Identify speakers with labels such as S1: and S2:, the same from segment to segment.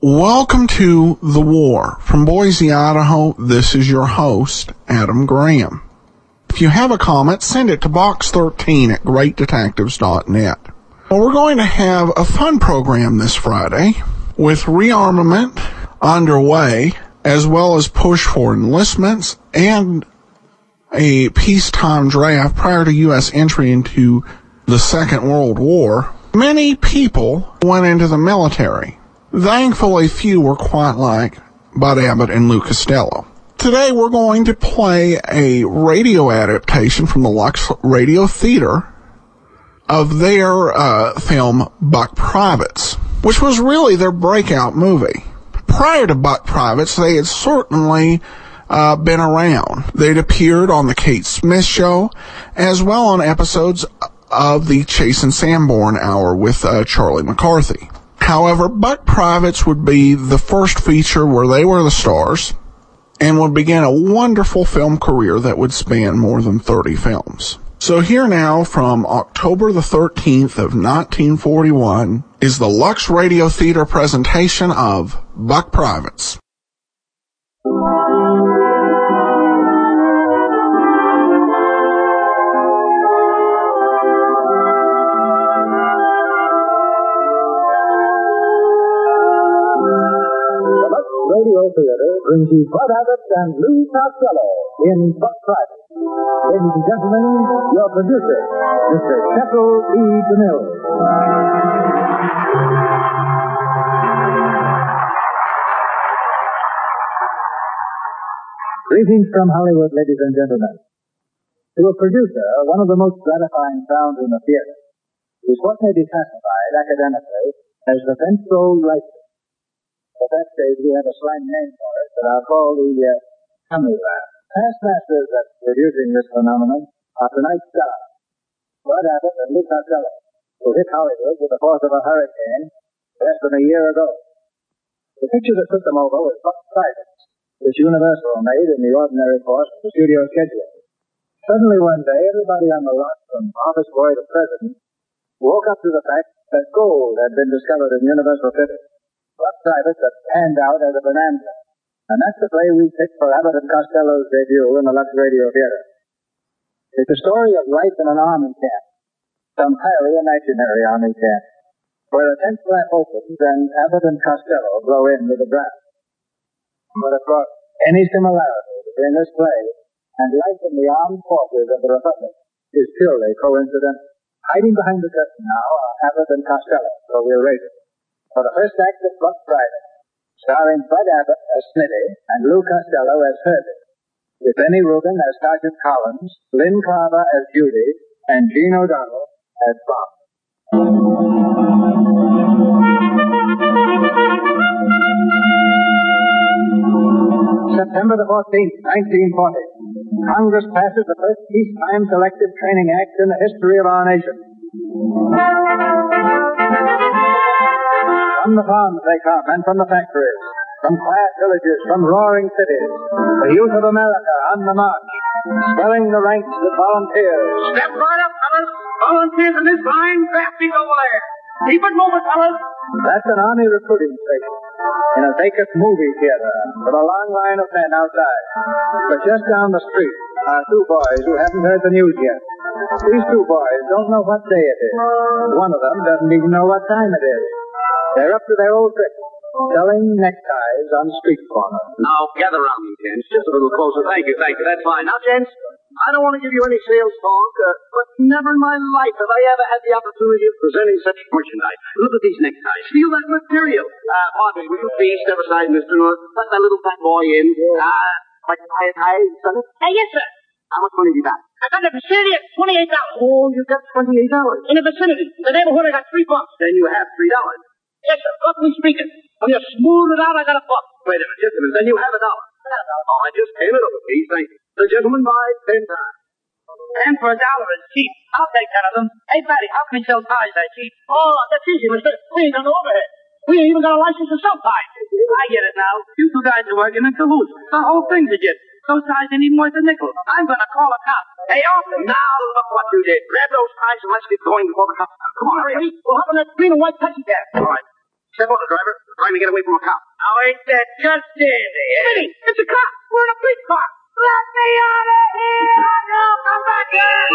S1: Welcome to The War. From Boise, Idaho, this is your host, Adam Graham. If you have a comment, send it to box13 at greatdetectives.net. Well, we're going to have a fun program this Friday with rearmament underway, as well as push for enlistments and a peacetime draft prior to U.S. entry into the Second World War. Many people went into the military. Thankfully, few were quite like Bud Abbott and Lou Costello. Today, we're going to play a radio adaptation from the Lux Radio Theater of their uh, film Buck Privates, which was really their breakout movie. Prior to Buck Privates, they had certainly uh, been around. They'd appeared on The Kate Smith Show, as well on episodes of the Chase and Sanborn Hour with uh, Charlie McCarthy. However, Buck Privates would be the first feature where they were the stars and would begin a wonderful film career that would span more than 30 films. So here now from October the 13th of 1941 is the Lux Radio Theater presentation of Buck Privates.
S2: Radio Theater brings you Bud Abbott and Lou Costello in Buck Private. Ladies and gentlemen, your producer, Mr. Cecil E. DeMille. Greetings from Hollywood, ladies and gentlemen. To a producer, one of the most gratifying sounds in the theater is what may be classified academically as the ventral license. At that stage, we have a slang name for it that I'll call the uh, tummy laugh. Past masters at producing this phenomenon are tonight's stars, Bud Abbott and Lou Costello, who hit Hollywood with the force of a hurricane less than a year ago. The picture that took them over was Buck Privates, which Universal made in the ordinary course of the studio schedule. Suddenly one day, everybody on the lot, from office boy to president, woke up to the fact that gold had been discovered in Universal City. Buck Private that panned out as a bonanza. And that's the play we picked for Abbott and Costello's debut in the Lux Radio Theater. It's a story of life in an army camp, some highly imaginary army camp, where a tent flap opens and Abbott and Costello blow in with a draft. But of course, any similarity between this play and life in the armed forces of the Republic is purely coincidental. Hiding behind the curtain now are Abbott and Costello, so we'll raise it for the first act of Buck Private, starring Bud Abbott as Smitty and Lou Costello as Herbie, with Benny Rubin as Sergeant Collins, Lynn Carver as Judy, and Gene O'Donnell as Bob. September the 14th, 1940. Congress passes the first peacetime collective training act in the history of our nation. From the farms they come, and from the factories, from quiet villages, from roaring cities, the youth of America on the march, swelling the ranks with volunteers.
S3: Step right up, fellas. Volunteers in this line, drafting over there. Keep it moving, fellas.
S2: That's an army recruiting station in a vacant movie theater with a long line of men outside. But just down the street are two boys who haven't heard the news yet. These two boys don't know what day it is. One of them doesn't even know what time it is. They're up to their old tricks, selling neckties on street corners.
S4: Now, gather round me, gents. Just a little closer. Thank you, thank you. That's fine. Now, gents, I don't want to give you any sales talk, uh, but never in my life have I ever had the opportunity of presenting such merchandise. Look at these neckties. Feel that material. Uh, pardon me, will you please step aside, Mr. North? Let that little fat boy in. Uh, my tie tie, son.
S5: Hey, yes, sir.
S4: How much money do you got?
S5: I got in the vicinity of $28.
S4: Oh, you got
S5: In
S4: $28.
S5: the vicinity. The neighborhood, I got three bucks.
S4: Then you have $3.
S5: Yes, sir. Roughly speaking. I'm just smooth it out. I got a buck.
S4: Wait a minute, just a minute. Then you have a dollar. Oh, I just came it over, please. Thank you. The gentleman buys ten times.
S5: And for a dollar is cheap. I'll take ten of them. Hey, Patty, how can we sell ties that cheap? Oh, that's easy, Mister. We ain't done overhead. We ain't even got a license to sell ties.
S4: I get it now. You two guys are working at Duluth. The whole thing's a get. Those ties ain't even worth a nickel. I'm gonna call a cop. Hey, Austin, now look what you did. Grab those ties and let's get going before the cops come. Come on, hurry
S5: up. Well, how about that green and white taxi cab?
S4: All right.
S2: Step on it, driver. We're trying to get away from a cop.
S4: Now ain't that just dandy, eh?
S3: Minnie, it's a cop. We're in a big cop. Let me out of here. No, come back here.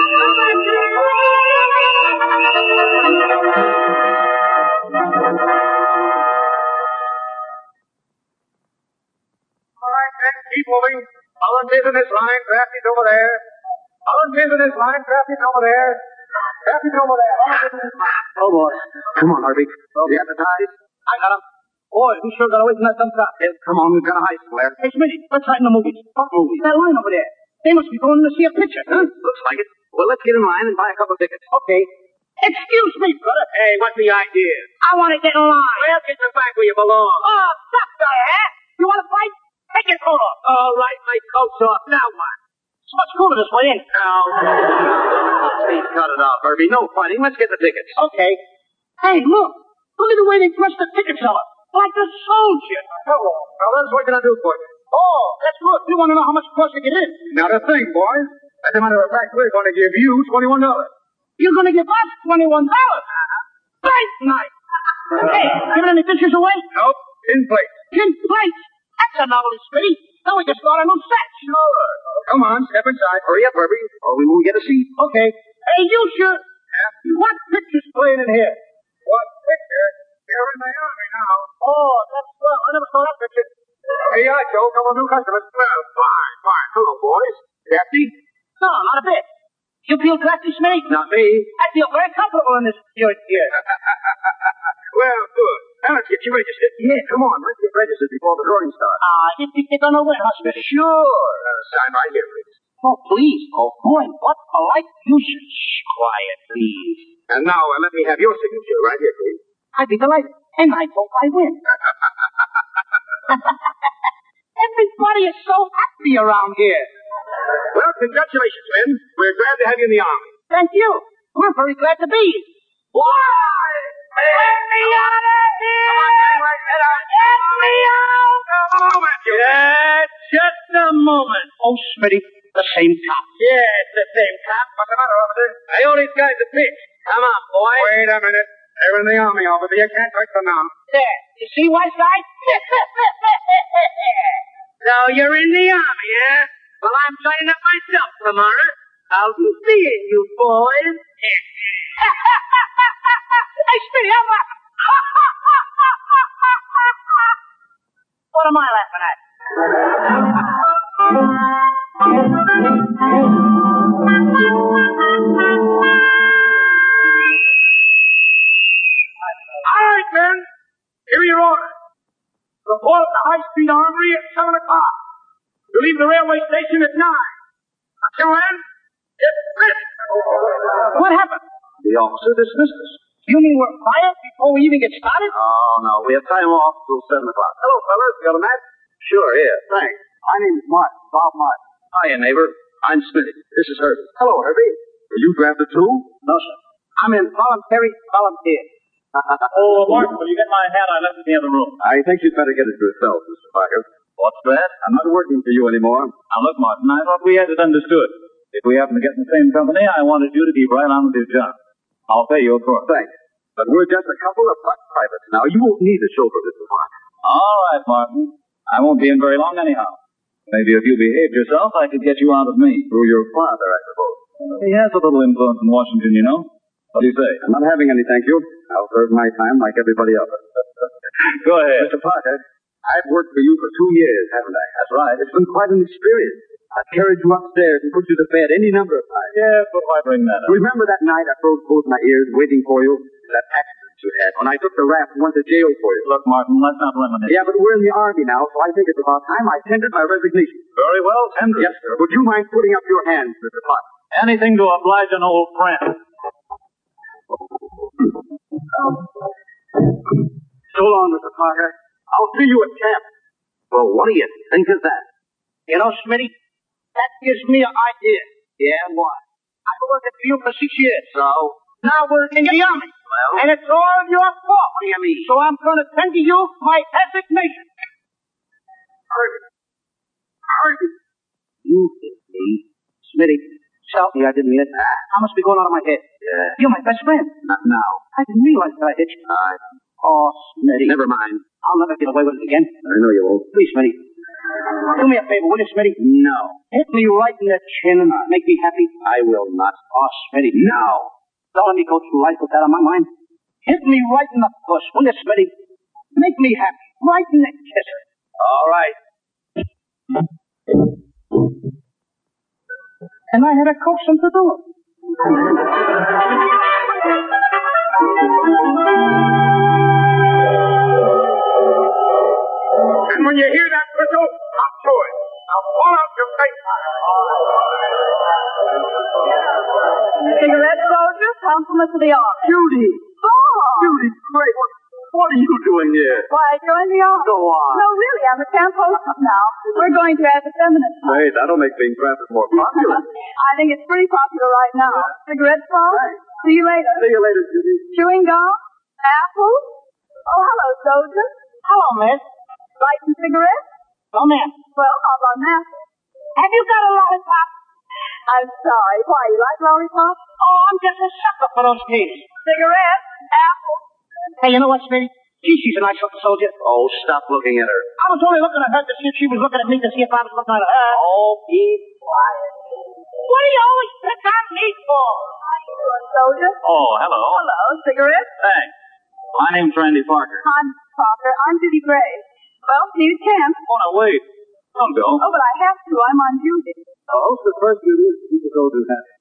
S3: Come back here.
S2: All right, then. Keep moving. Volunteers in this line. Draft it over there. Volunteers in this line. Draft it over there. Draft it over there. Oh, boy. Come on, Harvey. You got Oh, the ties?
S4: I got him. Boy, we sure got away from that dumb cop.
S2: Yes, come on. We've got a high square.
S4: Hey, Smitty, let's hide in the movies. What
S2: movies?
S4: Oh, That line over there. They must be going to see a picture.
S2: Huh? Looks like it. Well, let's get in line and buy a couple of tickets.
S4: Okay. Excuse me, brother.
S2: Hey, what's the idea?
S4: I want to get in line.
S2: Well, get you back where you belong.
S4: Oh, stop the hat. You want to fight? Take your coat off.
S2: All right, my coat's off. Now what?
S4: It's much cooler this way in.
S2: Now. Please cut it out, Herbie. No fighting. Let's get the tickets.
S4: Okay. Hey, look. Look at the way they dressed the ticket seller. Like a soldier.
S2: Hello, fellas. What can I do for you?
S4: Oh, that's good. We want to know how much it costs to get in.
S2: Not a thing, boys. As a matter of fact, we're going to give you twenty-one dollars.
S4: You're going to give us $21. Uh-huh. Right, night. Hey, giving any dishes away?
S2: Nope. In place.
S4: Tin plates. That's a novelty, Smitty. Now we can start a new set.
S2: Sure. Come on, step inside. Hurry up, Herbie, or we won't get a seat.
S4: Okay. Hey, you sure? What picture's playing in here?
S2: What picture? They're in the army now.
S4: Oh, that's love. I never saw that picture.
S2: Hey, I Joe, couple of new customers. Well, fine, fine. Hello, boys. Happy?
S4: No, not a bit. You feel crafty, Smitty?
S2: Not me.
S4: I feel very comfortable in this shirt here.
S2: Well, good. Now let's get you registered. Yeah, come on. Let's get registered before the drawing starts.
S4: Ah, you think you're going to win, huh, Smitty?
S2: Sure. Uh, sign right here, please.
S4: Oh, please. Oh, boy, what polite fusion. Shh, quiet, please.
S2: And now uh, let me have your signature right here, please.
S4: I'd be delighted. And I hope I win. Everybody is so happy around here.
S2: Well, congratulations, men. We're glad to have you in the army.
S4: Thank you. We're very glad to be.
S3: Why? Let me out of here. Let me out.
S4: Yeah, just a moment. Oh, Smitty, the same cop.
S2: Yeah, it's the same cop. What's the matter, officer? I owe these guys a pitch.
S4: Come on, boy.
S2: Wait a minute. They're in the army, officer. You can't fight them now.
S4: There. You see, Whiteside?
S3: So you're in the army, eh? Well, I'm joining up myself tomorrow. I'll be seeing you, boys.
S4: hey, Smitty, I'm laughing. what am I laughing at?
S3: All right, men. Here are your orders. Report at the high-speed armory at 7 o'clock. You leave the railway station at 9. Until then, get fit.
S4: What happened?
S2: The officer dismissed us.
S4: You mean we're fired before we even get started?
S2: Oh, no. We have time off till 7 o'clock. Hello, fellas. You got a match? Sure, yeah. Thanks. My name's Martin. Bob Martin. Hiya, neighbor. I'm Smitty. This is Herbie. Hello, Herbie. Will you grab the two?
S4: No, sir. I'm involuntary volunteer.
S6: Oh, Martin, will you get my hat? I left it in the other room.
S2: I think you'd better get it yourself, Mr. Parker.
S6: What's that?
S2: I'm not working for you anymore.
S6: Now, look, Martin, I thought we had it understood. If we happen to get in the same company, I wanted you to be right on with your job. I'll pay you, of course.
S2: Thanks. But we're just a couple of buck privates now. You won't need a chauffeur, Mr. Parker.
S6: All right, Martin. I won't be in very long anyhow. Maybe if you behaved yourself, I could get you out of me.
S2: Through your father, I suppose.
S6: He has a little influence in Washington, you know. What do you say?
S2: I'm not having any, thank you. I'll serve my time like everybody else.
S6: Go ahead.
S2: Mr. Parker, I've worked for you for two years, haven't I? That's right. It's been quite an experience. I've carried you upstairs and put you to bed any number of times.
S6: Yeah, but why bring that up?
S2: Remember that night I froze both my ears waiting for you? That accident you had when I took the raft and went to jail for you.
S6: Look, Martin, let's not lemonade.
S2: Yeah, but we're in the army now, so I think it's about time I tendered my resignation.
S6: Very well, tender.
S2: Yes, sir. Would you mind putting up your hands, Mr. Potter?
S6: Anything to oblige an old friend.
S2: So long, Mr. Parker. I'll see you at camp.
S4: Well,
S2: what do you think of that?
S4: You know, Smitty, that gives me an idea.
S2: Yeah, what?
S4: I've been working for you for six years.
S2: So?
S4: Now we're in the army.
S2: Well?
S4: And it's all your fault.
S2: What do you mean?
S4: So I'm going to send to you my resignation.
S2: Harvey. Harvey. You hit me.
S4: Smitty, Sal,
S2: Yeah, I didn't mean it. Ah,
S4: I must be going out of my head.
S2: yeah.
S4: You're my best friend.
S2: Not now.
S4: I didn't realize that I hit you.
S2: I
S4: Oh, Smitty.
S2: Never mind.
S4: I'll never get away with it again.
S2: I know you won't.
S4: Please, Smitty. Do me a favor, will you, Smitty?
S2: No.
S4: Hit me right in the chin and make me happy.
S2: I will not.
S4: Oh, Smitty.
S2: No.
S4: Don't let me go through life with that on my mind. Hit me right in the puss, will you, Smitty? Make me happy. Right in the kisser.
S2: All right.
S4: And I had to coax him to do it.
S3: And when you hear that whistle, up to it. Now pull out your face.
S7: Cigarette soldier, consummate to the office.
S2: Judy!
S7: Oh,
S2: Judy, great. What are you doing here?
S7: why, join the office.
S2: Go on.
S7: No, really, I'm the camp hostess now. We're going to have a feminine.
S2: Hey, that'll make being drafted more popular.
S7: I think it's pretty popular right now. Cigarette smoke? See you later.
S2: See you later, Judy.
S7: Chewing gum? Apples? Oh, hello, soldier.
S4: Hello, miss.
S7: Lighting cigarettes?
S4: Oh, man.
S7: Well, how about an apple?
S4: Have you got a lollipop?
S7: I'm sorry. Why, you like lollipops?
S4: Oh, I'm just a sucker for those kids.
S7: Cigarettes? Apples?
S4: Hey, you know what, Smitty? Gee, she's a nice looking soldier.
S2: Oh, stop looking at her.
S4: I was only looking at her to see if she was looking at me to see if I was looking at her.
S2: Oh, be quiet.
S4: What do you always pick on me for?
S7: Soldier?
S6: Oh, hello.
S7: Hello, cigarettes?
S6: Thanks. My name's Randy Parker.
S7: I'm Parker. I'm Judy Gray. Well, see you at camp.
S6: Oh, now wait. Don't go.
S7: Oh, but I have to. I'm on duty.
S6: The host of first duty is to keep the soldiers happy.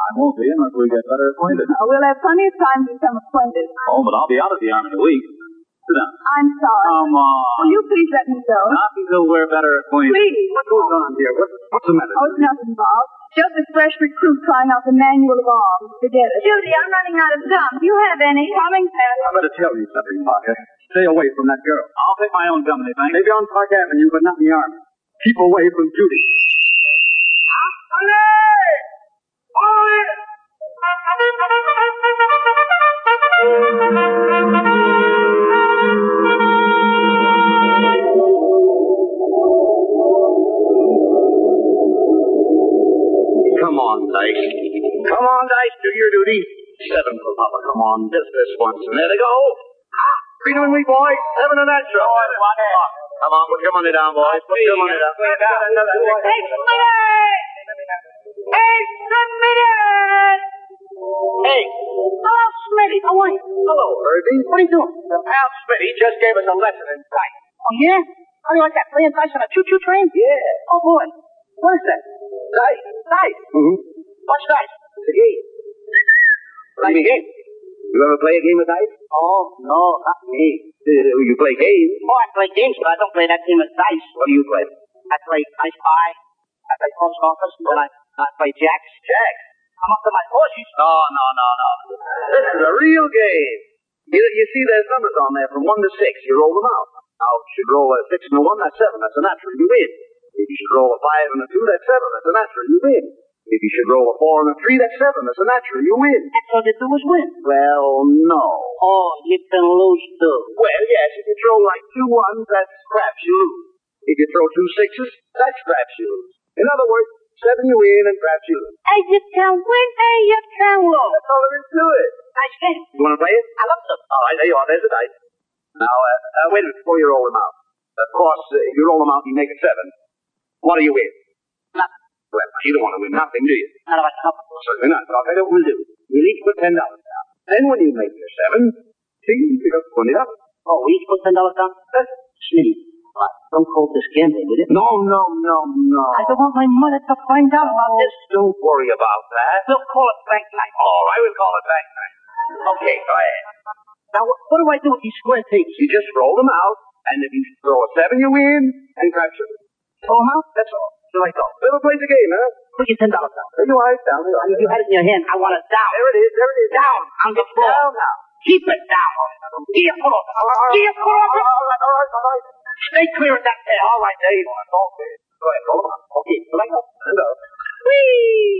S6: I won't be unless we get better acquainted.
S7: Oh, we'll have plenty of time to become acquainted.
S6: Oh, but I'll be out of the army in a week. Sit down.
S7: I'm sorry.
S6: Come on.
S7: Will you please let me go?
S6: Not until we're better acquainted.
S7: Please.
S2: What goes on here? What, what's the matter?
S7: Oh, it's nothing, Bob. Just a fresh recruit trying out the manual of arms to get it. Judy, I'm running out of gum. Do you have any? Coming past.
S2: I'm going to tell you something, Parker. Stay away from that girl.
S6: I'll take my own company, thanks.
S2: Maybe on Park Avenue, but not in the army. Keep away from Judy.
S3: Hooray! All in!
S2: Come on, Dice. Come on, Dice. Do your duty. Seven for Papa. Come on. Just this once. There they go. Ah, Three to me, boy. Seven to that show. Come on, put your money down, boys. Put your money down.
S3: Eight minutes! Eight minutes!
S4: Hey. Hello, Smitty. How are you?
S2: Hello, Herbie.
S4: What are you doing?
S2: Al Smitty just gave us a lesson in sight.
S4: Oh, yeah? How do you like that? Playing dice on a choo-choo train?
S2: Yeah.
S4: Oh, boy. What is that?
S2: Dice.
S4: Dice.
S2: Mm-hmm.
S4: What's dice?
S2: It's a game.
S4: Nice game.
S2: You ever play a game of dice?
S4: Oh, no, not me.
S2: Uh, you play games?
S4: Oh, I play games, but I don't play that game of dice.
S2: What do you play?
S4: I play Ice Pie. I play Post Office, and I, I play Jacks.
S2: Jack.
S4: I'm up to my horses.
S2: No, "Oh, no, no, no. This is a real game. You, you see, there's numbers on there from 1 to 6. You roll them out. Now, if you should roll a 6 and a 1, that's 7. That's a natural. You win. If you should roll a 5 and a 2, that's 7. That's a natural. You win. If you should roll a 4 and a 3, that's 7. That's a natural. You win.
S4: That's all they do is win.
S2: Well, no.
S4: Oh, you can lose, too.
S2: Well, yes, if you throw like two ones, that's craps you lose. If you throw two sixes, that's craps you lose. In other words, seven you win and craps you lose.
S4: Hey, you can win, hey, you can lose.
S2: That's all there is to it.
S4: Nice game.
S2: You want to play it?
S4: I love them.
S2: All right, there you are. There's the dice. Now, uh, uh, wait a minute before you roll them out. Of course, uh, if you roll them out and you make a seven, what do you win?
S4: Nothing.
S2: Well, you don't want to win nothing, do you?
S4: Not about the couple.
S2: Certainly not. So I'll tell you what we'll do. We'll each put ten dollars down. Then when you make your seven, see, you pick up twenty dollars.
S4: Oh, we each put ten dollars down?
S2: That's-
S4: Smitty, uh, don't call this gambling, will you?
S2: No, no, no, no.
S4: I don't want my mother to find out about this.
S2: Don't worry about that.
S4: We'll call it bank night.
S2: All right, we'll call it bank night. Okay, go ahead.
S4: Now, what, what do I do with these square things?
S2: You just roll them out, and if you throw a seven, you win, and grab sugar.
S4: Throw them out?
S2: That's all. So like that. Little plays the game, huh?
S4: Put your ten dollars down.
S2: There you are, down there.
S4: You had it in your hand. I want it down.
S2: There it is, there it is.
S4: Down on the floor.
S2: Down now.
S4: Keep it down. Here, pull over. Here, pull over.
S2: All right, all right, all right.
S4: Stay clear of that there.
S2: All right, there you are. Okay. Go ahead, roll them out. Okay, so like that. And up.
S4: Whee!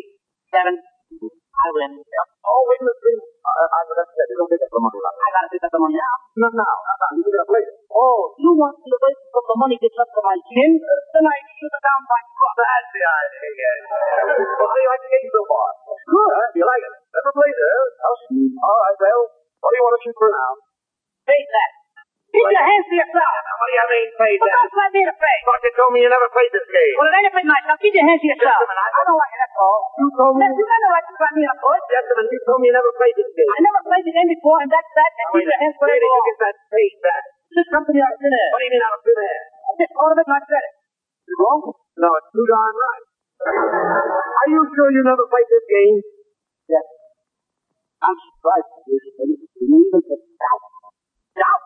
S4: Seven. I win.
S2: Oh, wait a minute, wait a minute. I, I forgot to say, you don't pick up the money right
S4: I gotta pick up the money now.
S2: Not now, not now. You pick it up later.
S4: Oh, you want me to wait until the money gets up to my chin? Then I shoot it down by cross.
S2: That's the idea, yes. Well, how do you like the game so far? Good. Huh? You like it? Never played it, huh? All right, well, what do you want to shoot for now?
S4: played that. Keep your hands to yourself.
S2: What do you mean, play
S4: Well,
S2: that?
S4: don't try me to play.
S2: But you told me you never played this game.
S4: Well, it ain't a bit nice. Now keep your hands to yourself. I don't like it, that's all.
S2: You told me.
S4: Now, you don't like to try me to push.
S2: Gentlemen, you told me you never played this game.
S4: I never played the game before, and that's that. And keep your hands
S2: Where
S4: where they
S2: did you
S4: belong.
S2: get that page back?
S4: This company out of thin air.
S2: What do you mean out of thin air?
S4: I just thought of it and I said it.
S2: It's wrong. No, it's too darn right. Are you sure you never played this game?
S4: Yes. I'm surprised at you, Steve. You even the doubt. Doubt.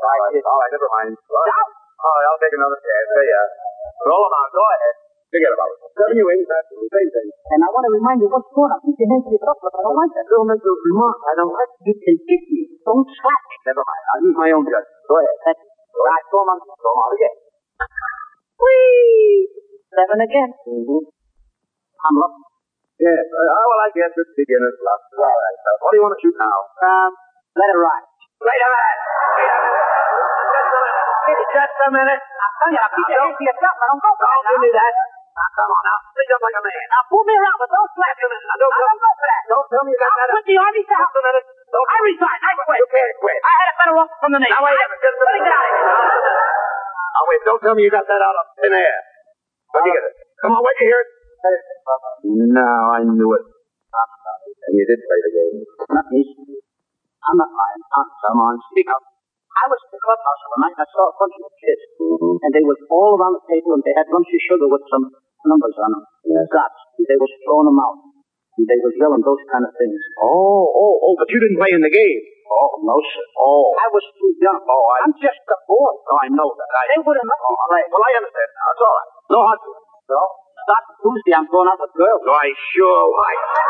S2: All right, all right, Oh, never mind. All right, all right I'll take another chance. There you are. Roll 'em out. Go ahead. Forget about it. Seven you in, that's the same thing.
S4: And I want to remind you what's going on. Keep your hands to yourself, but I don't like that.
S2: Don't make those remarks. I don't like
S4: You can hit me. Don't try me.
S2: Never mind. I'll use my own judgment. Go ahead.
S4: That's
S2: Right, go on. Go on again.
S4: Whee! Seven again.
S2: Mm-hmm.
S4: I'm up.
S2: Yes. Uh, oh, well, I guess it's beginner's luck. All right. Uh, what do you want to shoot now?
S4: Um, let it ride.
S2: Wait a minute. Wait a minute. Just a minute. Just a minute.
S4: I'm telling you, keep your hands to yourself. I don't go for
S2: Don't
S4: that.
S2: give
S4: now.
S2: me that. Now, come on. Now, speak up like a man.
S4: Now, pull me around, but don't slap me.
S2: Now, don't,
S4: I
S2: tell-
S4: don't go for that.
S2: don't tell me you got that.
S4: I'll put the army down.
S2: Just a minute. Don't,
S4: I resign. I quit.
S2: You can't quit.
S4: I had a better offer from the Navy.
S2: Now, wait a minute. Just a
S4: Let me
S2: minute.
S4: get out of here.
S2: Now, wait. Don't tell me you got that out of thin air. Where'd you get it? Come on, where'd you hear it? No, I knew it. And you did play the game.
S4: Not me. I'm not lying. I'm, come on, speak up. I was at the clubhouse one night and I saw a bunch of kids.
S2: Mm-hmm.
S4: And they was all around the table and they had lumps of sugar with some numbers on them. Dots. And they was throwing them out. And they was yelling those kind of things.
S2: Oh, oh, oh, but you didn't play in the game.
S4: Oh, no, sir.
S2: Oh.
S4: I was too young.
S2: Oh, I-
S4: I'm just a boy.
S2: Oh, I know that. I... Oh,
S4: They wouldn't let me
S2: All
S4: play.
S2: right. Well, I understand now. It's all right. No hard feelings. No?
S4: Start Tuesday, I'm going out with girls.
S2: Why, sure. Why, yeah.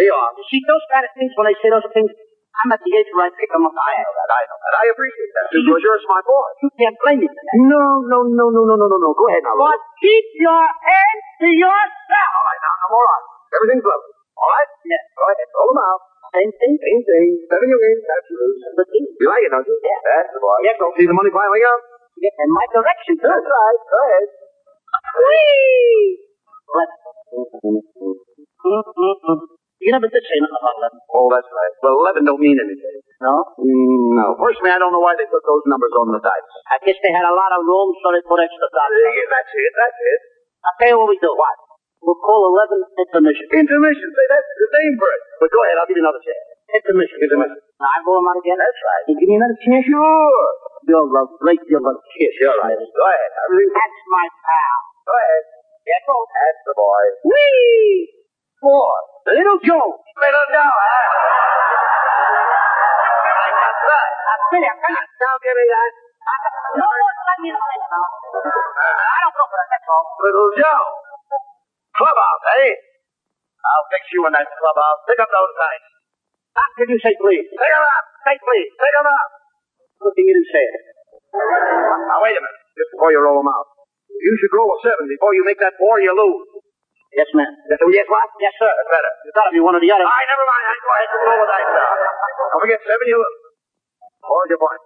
S2: Here you are.
S4: You see, those kind of things, when they say those things, I'm at the age where I pick them up.
S2: I know that. I know that. I appreciate that.
S4: You-
S2: You're a smart boy.
S4: You can't blame me for that.
S2: No, no, no, no, no, no, no, no. Go ahead now.
S4: But keep your hands to yourself.
S2: All right, now. Come on. Everything's lovely. All right?
S4: Yes.
S2: Go ahead. Roll them out.
S4: Same thing.
S2: Same thing. Seven your game. Absolutely. You like it, don't you?
S4: Yeah.
S2: That's the boy. Yes. Don't see the money piling up.
S4: Get in my direction, too.
S2: That's right. Go ahead.
S4: But, mm-mm-mm. You never did say nothing about that.
S2: Oh, that's right. Well, 11 don't mean anything.
S4: No?
S2: Mm, no. Personally, I don't know why they put those numbers on the dice.
S4: I guess they had a lot of room, so they put extra dots. on it.
S2: That's it. That's it.
S4: I'll tell you what we do. What? We'll call 11 intermission.
S2: Intermission. Say, that's the name for it. But go ahead. I'll give you another chance.
S4: Intermission.
S2: Intermission.
S4: Now, I roll them out again.
S2: That's right.
S4: You give me another chance?
S2: Sure.
S4: You're a great deal of kiss.
S2: You're right. Go ahead. I really-
S4: That's my pal.
S2: Go ahead.
S4: Yes, old
S2: That's the boy.
S4: Whee! Four. Little Joe.
S2: Little Joe, huh? That's right.
S4: I tell you, I can't.
S2: Now give me that.
S4: No one let me play now. I don't go for that, that's all.
S2: Little Joe. Clubhouse, eh? I'll fix you in that clubhouse. Pick up those dice.
S4: How could you say please?
S2: Pick 'em up. Say please. Pick 'em up.
S4: Good thing you didn't say it.
S2: Now, wait a minute. Just before you roll 'em out. You should roll a seven before you make that four you lose.
S4: Yes, ma'am.
S2: Yes, what?
S4: Yes, sir.
S2: That's better.
S4: It's gotta be one or the other.
S2: All right, never mind. I go ahead and roll the dice now. Don't forget, seven, you lose. Four is your point.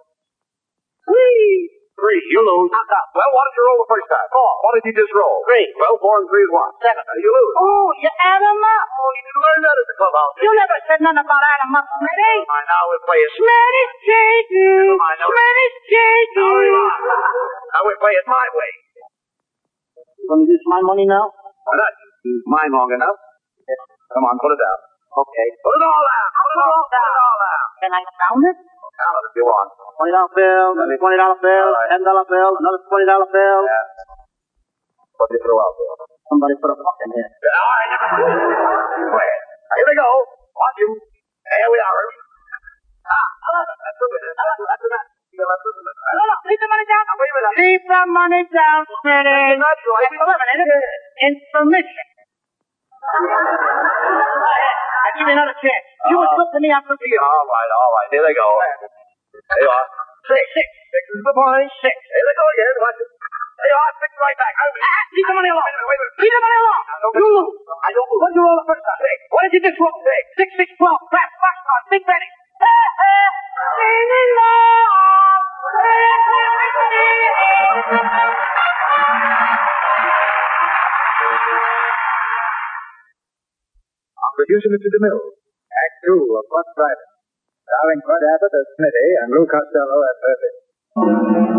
S4: Whee!
S2: Three, you lose.
S4: Knock out.
S2: Well, why did you roll the first time? Four. Why did you just roll?
S4: Three.
S2: Well, four and three is one.
S4: Seven.
S2: Uh, you lose.
S4: Oh, you add 'em up.
S2: Oh, you didn't learn that at the clubhouse.
S4: You never said nothing about add 'em up, Smitty.
S2: All right, now we'll play it.
S4: Smitty cheating.
S2: Never mind, no.
S4: Smitty's
S2: Now,
S4: cheating.
S2: relax. now we'll play it my way.
S4: You gonna use my money now?
S2: Why not? Use mine long enough. Come on, put it down.
S4: Okay.
S2: Put it all down. Put it all down. Put it all down.
S4: Can I count it?
S2: Count it if you want.
S4: Twenty dollar bill,
S2: Let me-
S4: twenty dollar bill,
S2: All right.
S4: ten dollar bill, another twenty dollar bill.
S2: Yeah. What do you throw out there?
S4: Somebody put a buck in here.
S2: All right, never mind. Go ahead. Here they go. Watch you. Here we are. Ah, that's a minute. That's a minute. Yeah, that's a minute.
S4: No, no, leave the money down.
S2: Now, wait a minute.
S4: Leave the money down, Smitty.
S2: That's right.
S4: That's eleven, isn't it? Information. I give you another chance. You was good to me, I'm good to you.
S2: Yeah, all right, all right. Here they go. There you are. Six, six. Six is the point. Six. Here they go again. Watch it. There you are. Six right back. Out of it.
S4: Leave the money alone.
S2: Wait a minute, wait a minute.
S4: Leave the money alone.
S2: I don't
S4: You
S2: move.
S4: lose.
S2: I don't move.
S4: What'd you roll the first time?
S2: Six.
S4: What did you just roll?
S2: Six.
S4: Six, six, twelve. Crap, box on, big betty. Sing it loud.
S2: Producer Mr. DeMille. Act two of Bus Driver.
S8: starring Bud Abbott as Smitty and Lou Costello as Herbie.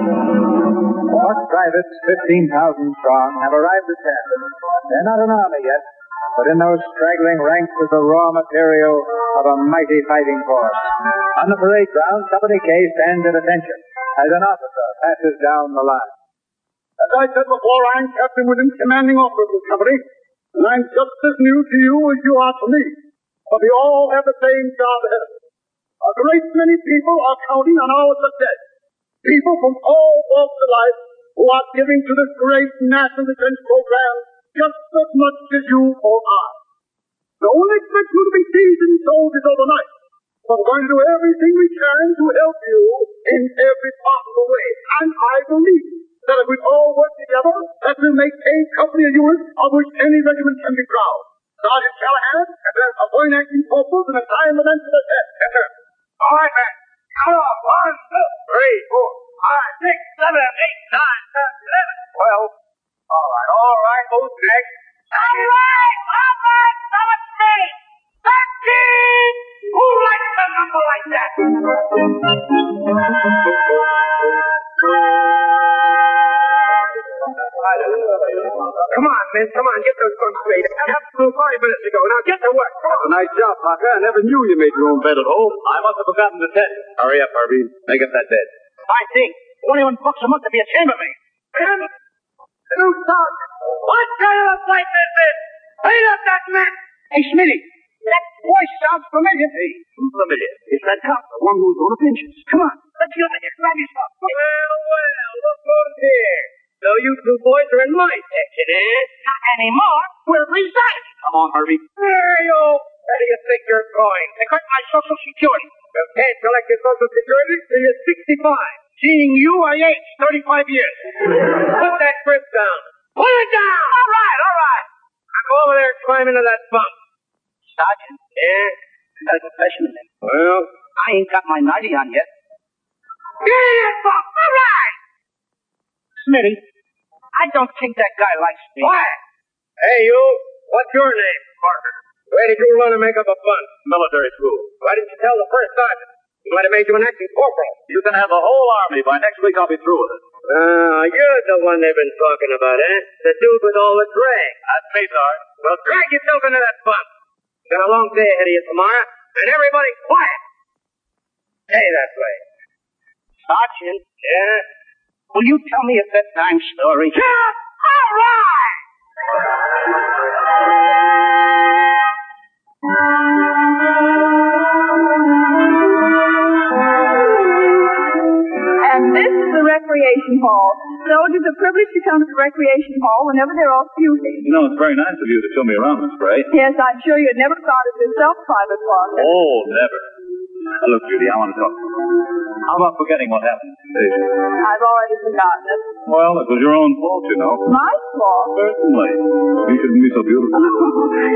S8: Fox privates, 15,000 strong, have arrived at Canton. They're not an army yet, but in those straggling ranks is the raw material of a mighty fighting force. On the parade ground, Company K stands at attention as an officer passes down the line.
S9: As I said before, I'm Captain Williams, commanding officer of the company, and I'm just as new to you as you are to me. But we all have the same job ahead. A great many people are counting on our success. People from all walks of life who are giving to this great national defense program just as much as you or I. Don't expect you to be seasoned soldiers overnight. But we're going to do everything we can to help you in every possible way. And I believe that if we all work together, that will make a company a unit of which any regiment can be proud. Sergeant Callahan, and then a point acting corporals and a time of to the test. Yes, sir. All right, man. Count off. One, two, three, four, five, six, seven, eight, nine, ten, eleven, twelve. All right, all right, old Jack.
S2: All right, all right, so it's me. Thirteen. Who likes a number like that?
S4: Come on, men, come on, get those guns straight. Captain five minutes ago. Now get to work. Come on.
S6: Nice job, Parker. I never knew you made your own bed at home. I must have forgotten the tent. Hurry up, Harvey. Make up that bed.
S2: I think. Twenty-one bucks a month to be a chambermaid. And new sergeant. What kind of a fight is this? Clean up that mess. Hey, Smitty. That voice sounds familiar. Hey, familiar. It's that cop, the one who's on the pinches. Come on, let's get up and grab yourself. Well, well, look who's here. So you two boys are in my section, eh? Not anymore. We're resigning.
S4: Come on, Harvey.
S2: There you Where oh, do you think you're going? They cut my social security. You can't collect your social security till you're 65. Seeing you, I ain't 35 years. Put that grip down. Put it down! All right, all right. Now go over there and climb into that bunk. Sergeant? Yeah? I got a confession to make. Well? I ain't got my 90 on yet. Get in that bunk! All right! Smitty, I don't think that guy likes me. Quiet! Hey, you. What's your name? Parker. Where did you learn to make up a bunk?
S6: Military school.
S2: Why didn't you tell the first sergeant? He might have made you an acting corporal.
S6: You can have the whole army. By next week, I'll be through with it.
S2: Ah, you're the one they've been talking about, eh? The dude with all the drag.
S6: That's me, Sarge.
S2: Well, drag yourself into that bunk. You got a long day ahead of you tomorrow, and everybody quiet. Stay that way. Sergeant? Yeah? Will you tell me a bedtime story? Yeah! All right!
S7: And this is the recreation hall. Soldiers are privileged to come to the recreation hall whenever they're off duty.
S6: You know, it's very nice of you to show me around, Miss Bray.
S7: Yes, I'm sure you'd never thought of yourself, Private Walker.
S6: Oh, never. Now, look, Judy, I want to talk. to you. How about forgetting what happened at the station?
S7: I've already forgotten it.
S6: Well, it was your own fault, you know.
S7: My fault.
S6: Certainly. You shouldn't be so beautiful.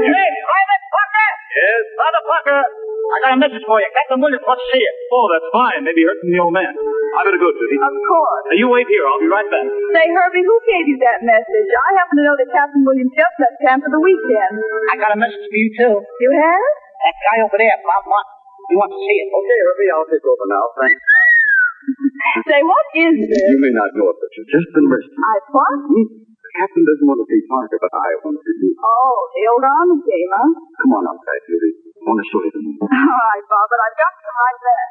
S2: Hey, Private Parker!
S6: yes?
S2: Private Parker! I got a message for you. Captain Williams wants to see you.
S6: Oh, that's fine. Maybe hurting the old man. I better go, Judy.
S7: Of course.
S6: Now, you wait here. I'll be right back.
S7: Say, Herbie, who gave you that message? I happen to know that Captain Williams just left camp for the weekend.
S2: I got a message for you, too.
S7: You have?
S2: That guy over there, Bob Martin. He wants to see you.
S6: Okay, Herbie, I'll take over now. Thanks.
S7: Say, what is this?
S6: You may not know it, but you've just been rescued.
S7: I what?
S6: The captain doesn't want to see Parker, but I want to do.
S7: Oh, the old army game, huh?
S6: Come on outside, Judy. I want to show you the moon.
S7: All right, Bob, but I've got to hide that.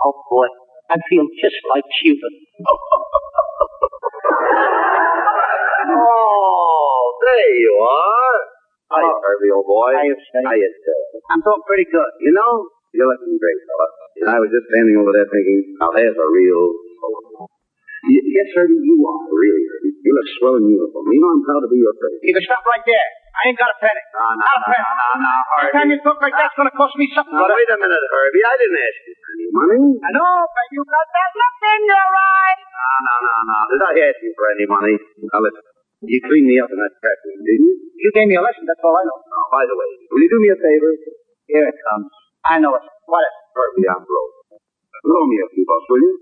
S2: Oh, boy. I feel just like Cupid.
S4: Oh, there you are. Hi,
S2: Oh.
S4: Herbie, old boy.
S2: Hiya, Sonny.
S4: Hiya, sir.
S2: I'm doing pretty good.
S4: You know, you're looking great, fella. And I was just standing over there thinking, now there's a real soldier. Y- yes, Herbie, you are, really, Herbie. You look swell in uniform. You know I'm proud to be your friend.
S2: You can stop right there. I ain't got a penny.
S4: No, no,
S2: Out
S4: no,
S2: there.
S4: no, no,
S2: Every time
S4: Herbie.
S2: you talk like that, it's going to cost me something.
S4: Now, wait a minute, Herbie. I didn't ask you for any money.
S2: I know, but you got that look in your eye.
S4: No, no, no, no. Did I ask you for any money? Now, listen. You cleaned me up in that trap room, didn't you?
S2: You gave me a lesson, that's all I know.
S4: Oh, by the way, will you do me a favor?
S2: Here it comes. I know it. What is it?
S4: Herbie, I'm broke. Blow me a few bucks, will you?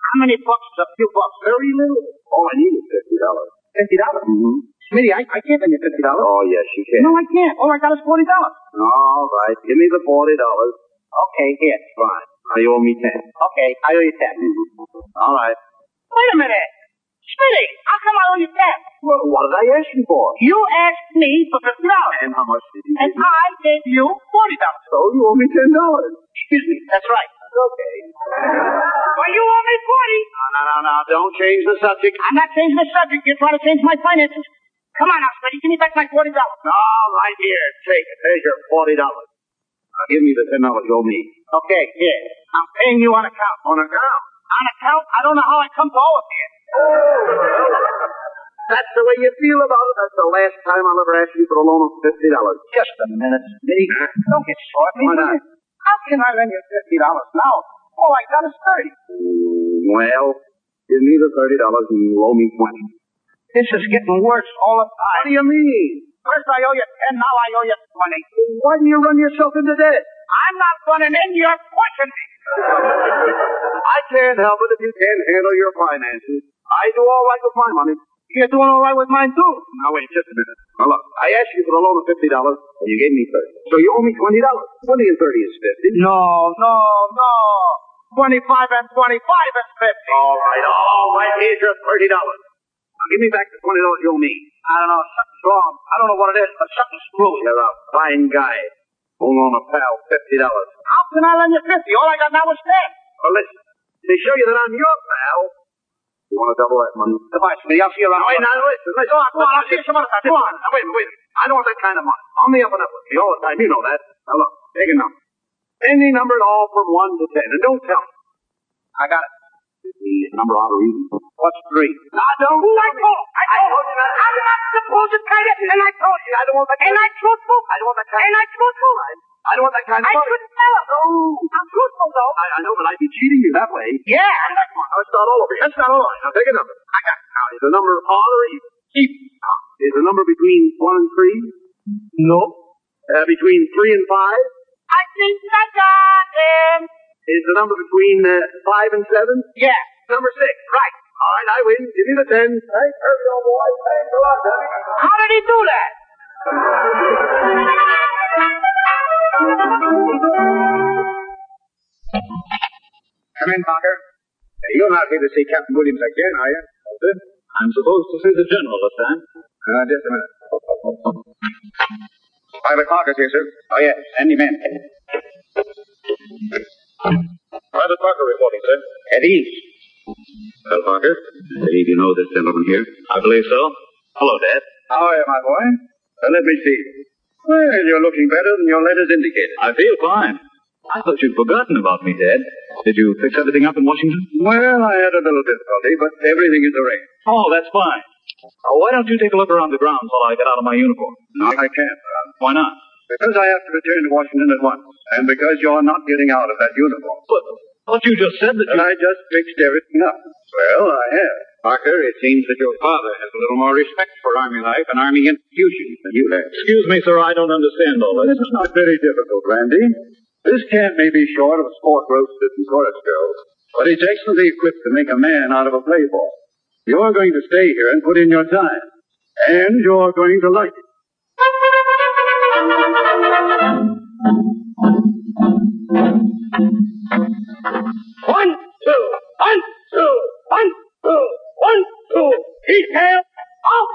S2: How many bucks is a few bucks?
S4: Very little. All I need is fifty dollars.
S2: Fifty dollars.
S4: Mm-hmm.
S2: Smitty, I, I can't lend you fifty dollars.
S6: Oh, yes, you can.
S2: No, I can't. All I got is forty dollars.
S6: All right, give me the forty dollars.
S10: Okay, here.
S6: Fine. Now you owe me ten.
S10: Okay, I owe you ten.
S4: Mm-hmm.
S6: All right.
S2: Wait a minute. Smitty, how come I owe you ten?
S6: Well, what did I ask you for?
S2: You asked me for fifty dollars,
S6: And how much did you
S2: and
S6: give me?
S2: I gave you forty dollars.
S6: So you owe me ten dollars.
S2: Excuse me. That's right.
S6: Okay.
S2: Well, you owe me forty.
S6: No, no, no, no. Don't change the subject.
S2: I'm not changing the subject. You're trying to change my finances. Come on now, Smitty. Give me back my forty dollars.
S6: All right, here. Take it. Here's your forty dollars. Now give me the ten dollars you owe me.
S2: Okay, here. I'm paying you on account.
S6: On account.
S2: On account? I don't know how I come to all of this.
S6: That's the way you feel about it. That's the last time I'll ever ask you for a loan of fifty dollars.
S2: Just a minute, Smitty. Don't get short.
S6: Why not?
S2: How can I lend you fifty dollars now? All I got is thirty.
S6: Well, give me the thirty dollars and you owe me twenty.
S2: This is getting worse all the time.
S6: What do you mean?
S2: First I owe you ten, now I owe you twenty.
S6: Why do you run yourself into debt?
S2: I'm not going to end your fortune.
S6: I can't help it if you can't handle your finances. I do all right with my money.
S2: You're doing all right with mine too.
S6: Now wait just a minute. Now look, I asked you for a loan of fifty dollars and you gave me thirty. So you owe me twenty dollars. Twenty and thirty is fifty.
S2: No, no, no. Twenty-five and twenty-five is fifty.
S6: All right, all right. Here's your thirty dollars. Now give me back the twenty dollars you owe me.
S2: I don't know. Something's wrong. I don't know what it is, but something's screwy.
S6: You're a fine guy. Hold on a pal, fifty dollars.
S2: How can I lend you fifty? All I got now is ten.
S6: Well, listen. To show you that I'm your pal, you want to double that money?
S2: Goodbye, Smitty. I'll see you around.
S6: Now, wait, now, listen, listen.
S2: Go on, go on. I'll see you some other time. Go on.
S6: Now, wait, wait. I don't want that kind of money. On the up and up with me all the time. You know that. Now, look, take a number. Any number at all from 1 to 10. And don't tell me.
S2: I got it.
S6: The number ought to read.
S2: What's three?
S6: I don't.
S2: I told. I told. I'm not supposed to cut it, and I told you.
S6: I don't want that kind
S2: And
S6: of
S2: I truthful.
S6: I don't want that kind
S2: And I truthful.
S6: I don't want that kind of
S2: I
S6: money.
S2: couldn't tell him.
S6: No.
S2: I'm truthful though.
S6: I, I know, but I'd be cheating you that way.
S2: Yeah.
S6: Now, let's start all over again.
S2: That's not all.
S6: Now, take a number. I got it. Now, is the number odd or even? Now, Is the number between 1 and 3?
S2: No.
S6: Uh, between 3 and 5?
S2: I think I got him.
S6: is the number between uh, five and seven.
S2: Yeah.
S6: Number six, right. All right, I win. Give me the ten. Thanks, Herbie, old boy. Thanks a lot,
S2: How did he do that?
S6: Come in, Parker. Hey, you're not here to see Captain Williams again, are you? No, sir.
S11: I'm supposed to see the general this time.
S6: Uh, just a minute. Private Parker's here, sir. Oh, yes. Send him in.
S11: Private Parker reporting, sir.
S6: At ease.
S11: Well, Parker, I believe you know this gentleman here. I believe so. Hello, Dad.
S6: How are you, my boy? Uh, let me see. Well, you're looking better than your letters indicated.
S11: I feel fine. I thought you'd forgotten about me, Dad. Did you fix everything up in Washington?
S6: Well, I had a little difficulty, but everything is arranged.
S11: Oh, that's fine. Uh, why don't you take a look around the grounds while I get out of my uniform?
S6: No, I can't, Ron.
S11: Why not?
S6: Because I have to return to Washington at once, and because you're not getting out of that uniform.
S11: But, but you just said that
S6: And I just fixed everything up. Well, I have. Parker, it seems that your father has a little more respect for Army life and Army institutions than you have.
S11: Excuse me, sir. I don't understand all
S6: This is not very difficult, Randy. This cat may be short of a sport roasted and chorus girls, but he's excellently equipped to make a man out of a playboy. You're going to stay here and put in your time, and you're going to like it.
S2: One, two, one, two, one, two, one, two. Detail out.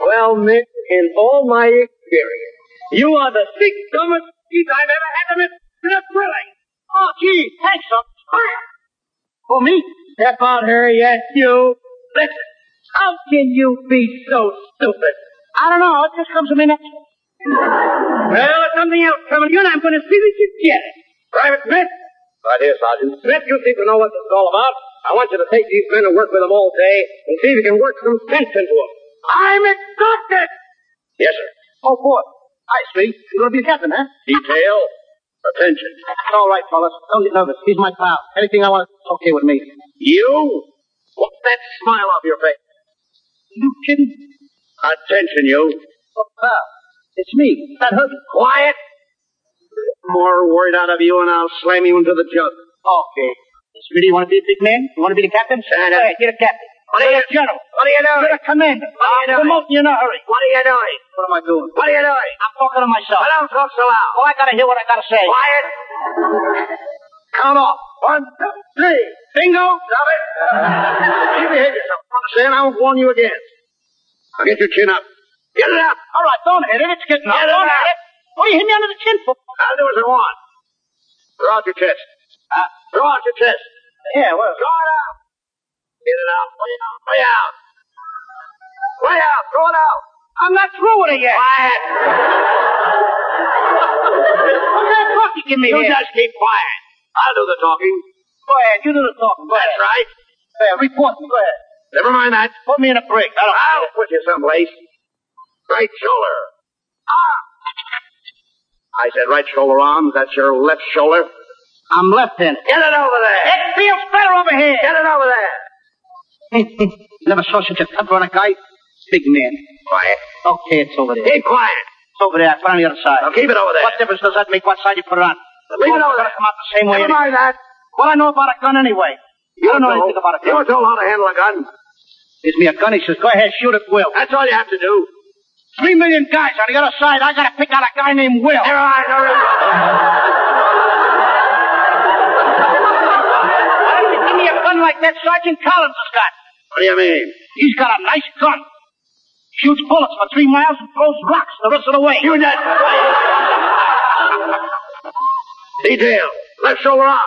S2: Well, Mick, in all my experience, you are the sixth dumbest piece I've ever had to miss in a thrilling. Oh, gee, thanks a fire. For me? Step out, Harry, yes, you. Listen, how can you be so stupid? I don't know, it just comes to me naturally. Well, there's something else coming here, and I'm going to see that you get it. Private Smith,
S6: Right here, Sergeant.
S2: Smith, you seem to know what this is all about. I want you to take these men and work with them all day and see if you can work some sense into them. I'm exhausted! Yes, sir. Oh, boy. I see. You're going to be captain, huh?
S6: Detail. Attention.
S2: It's all right, fellas. Don't get nervous. He's my pal. Anything I want, it's okay with me.
S6: You? What's that smile off your face?
S2: You kidding?
S6: Attention, you.
S2: Oh, pal. It's me. That hurt.
S6: Quiet. More word out of you and I'll slam you into the jug.
S2: Okay. Smitty, you want to be a big man? You want to be the captain?
S6: Stand up.
S2: All right, you're the captain. What are you, General? What are you doing? You're a commander. What are you doing? Promote you in a hurry. What are you doing? What am I doing? What are you doing? I'm talking to myself. I don't talk so loud. Oh, I gotta hear what I gotta say. Quiet. Count off. One, two, three. Bingo. Stop it. you behave yourself. Understand? I won't warn you again. Now get your chin up. Get it up. All right, don't hit it. It's getting up. Get it don't up. hit it. What do you hit me under the chin for? I'll do as I want. Throw out your chest. Uh, throw out your chest. Yeah, well. Throw it out. Get it out. Way out. Way out. Way out. Throw it out. I'm not through with it yet. Quiet. What kind of talk you give me
S6: You
S2: here?
S6: just keep quiet. I'll do the talking.
S2: Go ahead. You do the talking. Go
S6: That's
S2: ahead.
S6: right.
S2: Go ahead. Report me. Go ahead.
S6: Never mind that.
S2: Put me in a brig. I don't
S6: I'll put you someplace. Right shoulder.
S2: Ah.
S6: Arm. I said right shoulder arm. That's your left shoulder.
S2: I'm left-handed.
S6: Get it over there.
S2: It feels better over here.
S6: Get it over there.
S2: Never saw such a temper on a guy. Big man.
S6: Quiet.
S2: Okay, it's over there.
S6: Keep quiet.
S2: It's over there. I put it on the other side.
S6: Now keep it over there.
S2: What difference does that make what side you put it on? Both
S6: Leave it over
S2: are gonna
S6: there.
S2: come out the same way.
S6: Never mind that.
S2: Well, I know about a gun anyway. You don't know anything about a
S6: You
S2: gun.
S6: were told how to handle a gun.
S2: Gives me a gun. He says, go ahead, shoot if Will.
S6: That's all you have to do.
S2: Three million guys on the other side. I gotta pick out a guy named Will.
S6: Never mind. Never mind.
S2: Why don't you give me a gun like that Sergeant Collins has got?
S6: What do you mean?
S2: He's got a nice gun. Shoots bullets for three miles and throws rocks the rest of the way.
S6: You just. Detail. Left shoulder arm.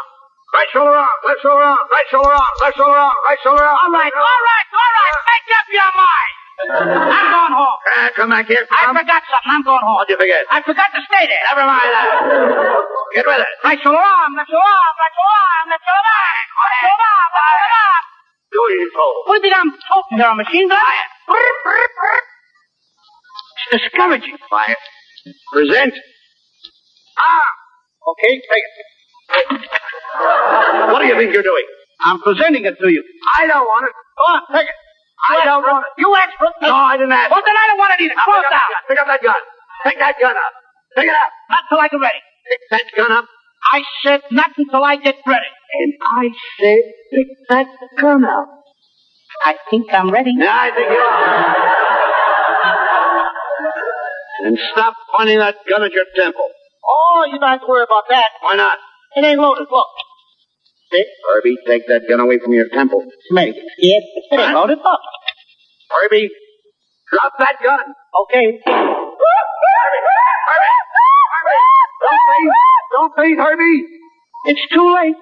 S6: Right shoulder arm. Left shoulder arm. Right shoulder arm. Left shoulder arm. Right shoulder arm. All right.
S2: All right, all right, make up your mind. I'm going home.
S6: Ah, come back here.
S2: I
S6: Come.
S2: forgot something. I'm going home.
S6: What'd you forget?
S2: I forgot to stay there.
S6: Never mind that. Get with it.
S2: That's your arm, that's your arm, that's your arm, that's your arm, that's your arm, that's your arm.
S6: Do it, you fool.
S2: What did I'm talking there, a machine gun? Brr, brr, brr. It's discouraging.
S6: Quiet. Present.
S2: Ah. Okay, take it.
S6: What do you think you're doing?
S2: I'm presenting it to you.
S6: I don't want it.
S2: Go on, take it.
S6: I don't want it.
S2: You asked for it.
S6: No, I didn't ask.
S2: Well, then I don't want it either.
S6: Now,
S2: Throw it
S6: pick up that
S2: down.
S6: gun. Pick up that gun. Pick that gun up. Pick it up.
S2: Not till I get ready.
S6: Pick that gun up.
S2: I said not until I get ready.
S6: And I said, pick that gun up.
S2: I think I'm ready.
S6: Yeah, I think you are. and stop pointing that gun at your temple.
S2: Oh, you don't have to worry about that.
S6: Why not?
S2: It ain't loaded. Look. See?
S6: Herbie, take that gun away from your temple.
S2: Smitty. Yes. It ain't loaded. Look.
S6: Herbie, drop that gun.
S2: Okay.
S6: Don't faint. Don't faint, Herbie.
S2: It's too late.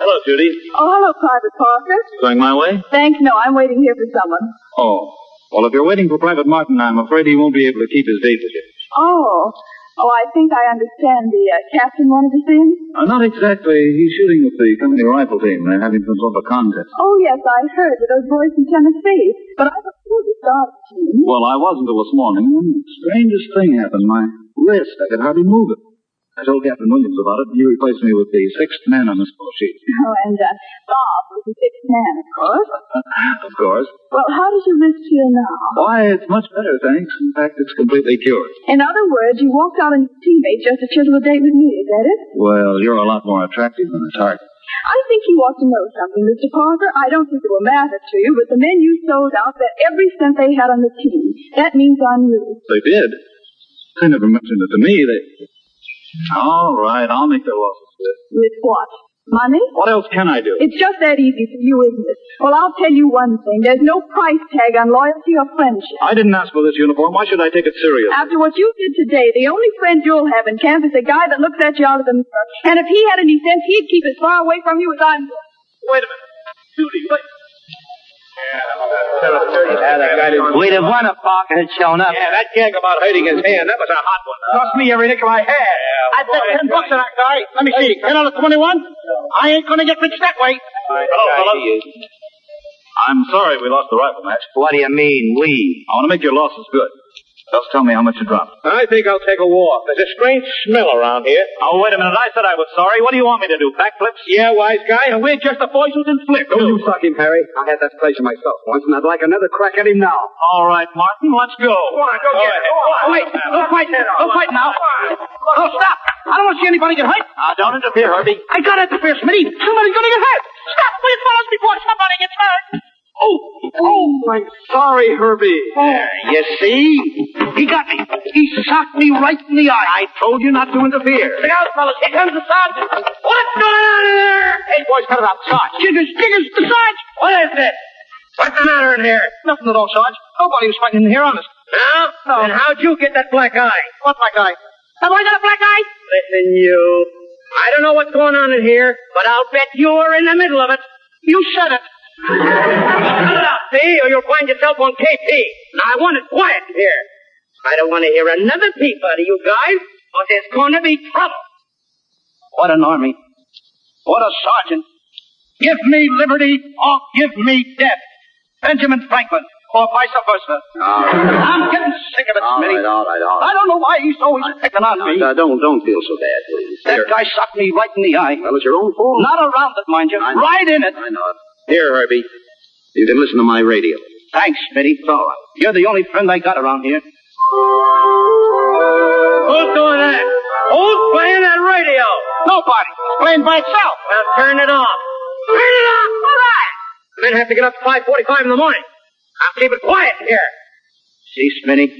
S12: Hello, Judy.
S7: Oh, hello, Private Parker.
S12: Going my way?
S7: Thanks, no, I'm waiting here for someone.
S12: Oh. Well, if you're waiting for Private Martin, I'm afraid he won't be able to keep his date with you.
S7: Oh, oh, I think I understand. The uh, captain wanted to see him.
S12: Uh, not exactly. He's shooting with the company rifle team. They're having some sort of a contest.
S7: Oh, yes, I heard with those boys from Tennessee, but I was through the dog team.
S12: Well, I was until this morning. and the strangest thing happened. My wrist, I could hardly move it. I told Captain Williams about it, and he replaced me with the sixth man on the score sheet.
S7: Oh, and uh, Bob was the sixth man, of course.
S12: of course.
S7: Well, how does your wrist feel now?
S12: Why, it's much better, thanks. In fact, it's completely cured.
S7: In other words, you walked out on your teammate just to chisel a date with me, is that it?
S12: Well, you're a lot more attractive than a target.
S7: I think you ought to know something, Mr. Parker. I don't think it will matter to you, but the men you sold out bet every cent they had on the team. That means on you.
S12: They did. They never mentioned it to me. They. All right, I'll make their losses good.
S7: With what? Money?
S12: What else can I do?
S7: It's just that easy for you, isn't it? Well, I'll tell you one thing. There's no price tag on loyalty or friendship.
S12: I didn't ask for this uniform. Why should I take it seriously?
S7: After what you did today, the only friend you'll have in camp is the guy that looks at you out of the mirror. And if he had any sense, he'd keep as far away from you as I'm doing.
S12: Wait a minute. Judy, wait.
S13: We'd have won if Parker had shown up.
S12: Yeah, that gag about hurting his hand, that was a hot one.
S2: Cost me every nickel I had. I bet ten bucks on that guy. Let me see. Ten out of twenty-one. I ain't gonna get rich that way.
S12: Hello, fellas. I'm sorry we lost the rifle match.
S13: What do you mean, we?
S12: I want to make your losses good.
S14: Just tell me how much you dropped.
S15: I think I'll take a walk. There's a strange smell around here.
S16: Oh, wait a minute. I said I was sorry. What do you want me to do? Backflips?
S15: Yeah, wise guy. We're just the boys who didn't flip.
S6: Don't you suck him, Harry. I had that pleasure myself once, and I'd like another crack at him now.
S16: All right, Martin, let's go.
S17: Go on, go
S16: All right.
S17: get it. Go on.
S16: Oh, wait. Don't fight. Don't fight now.
S17: Oh, stop! I don't want to see anybody get hurt.
S6: Ah,
S16: Now, don't interfere, Herbie.
S17: I got it, Pierce Smitty. Somebody's going to get hurt. Stop! Please follow us before somebody gets hurt. Oh, oh,
S6: I'm sorry, Herbie.
S17: There,
S6: Uh, you see?
S17: he got me. He socked me right in the eye. I
S6: Told you not to interfere.
S17: Look out, fellas. Here comes the sergeant. What's going on in there? Hey, boys, cut it out. Sarge. Jiggers, jiggers, the sergeant. What is it? What's the matter in here? Nothing at all, Sarge. Nobody was fighting in here, honest. No? No. Then how'd you get that black eye? What black eye? Have I got a black eye? Listen, you. I don't know what's going on in here, but I'll bet you're in the middle of it. You said it. Shut it up, see, or you'll find yourself on KP. And I want it quiet in here. I don't want to hear another peep out of you guys, or there's going to be trouble. What an army. What a sergeant. Give me liberty or give me death. Benjamin Franklin, or vice versa. I'm getting sick of it,
S6: Ah. All
S17: Smitty.
S6: right, all right, all right.
S17: I don't know why he's always picking on me.
S6: Now, don't, don't feel so bad, please.
S17: That
S6: Here.
S17: guy socked me right in the eye.
S6: Well, it's your own fault.
S17: Not around it, mind you.
S6: I know.
S17: Right in it.
S6: I know it. Here, Herbie. You can listen to my radio.
S17: Thanks, Smitty. It's all right. You're the only friend I got around here. Who's doing that? Who's playing that radio? Nobody. It's playing by itself. Now turn it off. Turn it off. All right. Men have to get up at 5.45 in the morning. I'll keep it quiet here. See, Smitty?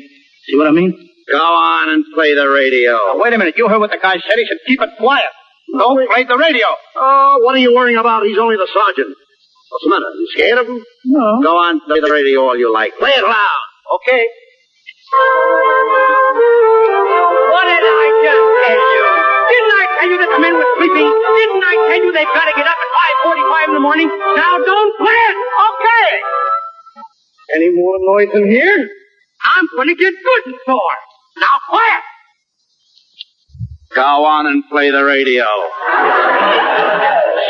S17: See what I mean?
S6: Go on and play the radio.
S17: Now, wait a minute. You heard what the guy said. He should keep it quiet. Don't play the radio.
S6: Oh, what are you worrying about? He's only the sergeant. What's the matter? You scared of him?
S17: No.
S6: Go on, play the radio all you like. Play it loud.
S17: Okay. What did I just tell you? Didn't I tell you that the men were sleeping? Didn't I tell you they've got to get up at 5.45 in the morning? Now don't play it! Okay! Any more noise in here? I'm gonna get good and sore. Now quiet!
S6: Go on and play the radio.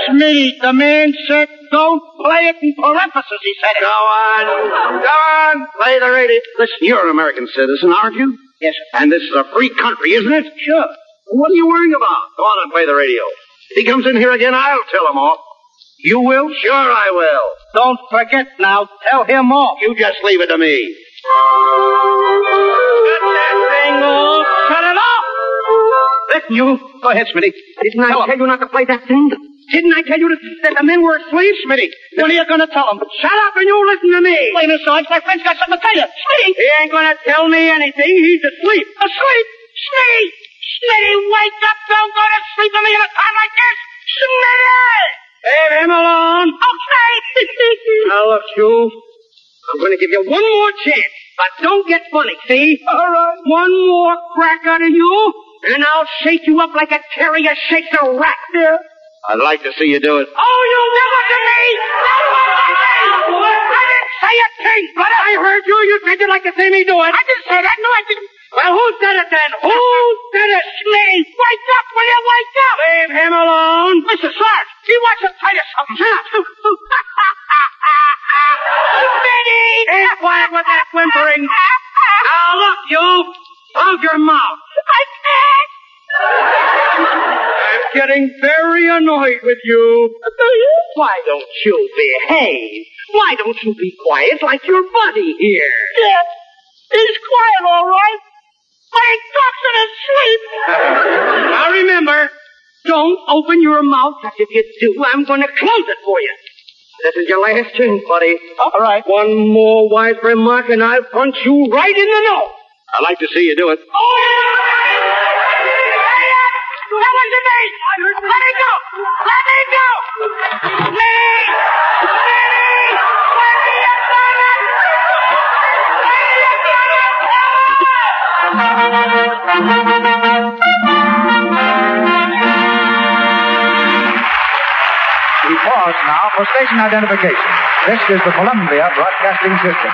S17: Smitty, the man said don't play it in parentheses, he said
S6: Go on. Go on. Play the radio. Listen, you're an American citizen, aren't you?
S17: Yes,
S6: And this is a free country, isn't it?
S17: Sure.
S6: What are you worrying about? Go on and play the radio. If he comes in here again, I'll tell him off.
S17: You will?
S6: Sure I will.
S17: Don't forget now, tell him off.
S6: You just leave it to me.
S17: Shut that thing off! Shut it off! Listen, you. Go ahead, Smitty. Didn't I tell you not to play that thing? Didn't I tell you that, that the men were asleep, Smitty? When are you going to tell them? Shut up and you listen to me. Wait a minute, Sarge. My friend's got something to tell you. Smitty! He ain't going to tell me anything. He's asleep. Asleep? Smitty! Smitty, wake up. Don't go to sleep with me at a time like this. Smitty! Leave him alone. Okay. now, look, you. I'm going to give you one more chance, but don't get funny, see? All right. One more crack out of you, and I'll shake you up like a terrier shakes a rat. Yeah.
S6: I'd like to see you do it.
S17: Oh, you never to me! Never to me! I didn't say a thing, brother. I heard you. You said you'd like to see me do it. I didn't say that. No, I didn't. Well, who said it then? Who said it? Slee! Wake up, will you? Wake up! Leave him alone. Mr. Sarge, he wants to tell you something. Smitty! Hey, quiet with that whimpering. now look, you. Mouth your mouth. I can't. I'm getting very annoyed with you. Why don't you behave? Why don't you be quiet like your buddy here? Yes, he's quiet, all right. But he talks in his sleep. now remember, don't open your mouth, 'cause if you do, I'm going to close it for you. This is your last chance, buddy. All right. One more wise remark, and I'll punch you right in the nose.
S6: I'd like to see you do it.
S17: Oh, that was the name. Let me go. Let me go. Me.
S18: We pause now for station identification. This is the Columbia Broadcasting System.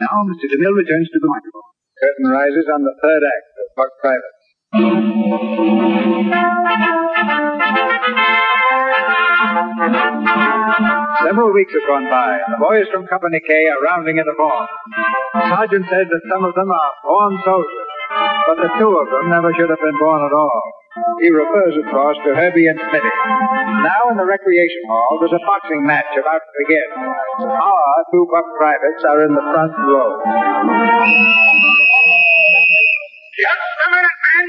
S14: Now Mr. DeMille returns to the microphone.
S18: Curtain rises on the third act of Buck Private.
S19: Several weeks have gone by, and the boys from Company K are rounding in the form. The sergeant says that some of them are born soldiers, but the two of them never should have been born at all. He refers, of course, to Herbie and Smitty. Now in the recreation hall, there's a boxing match about to begin. Our two buck privates are in the front row.
S17: Just a minute, men.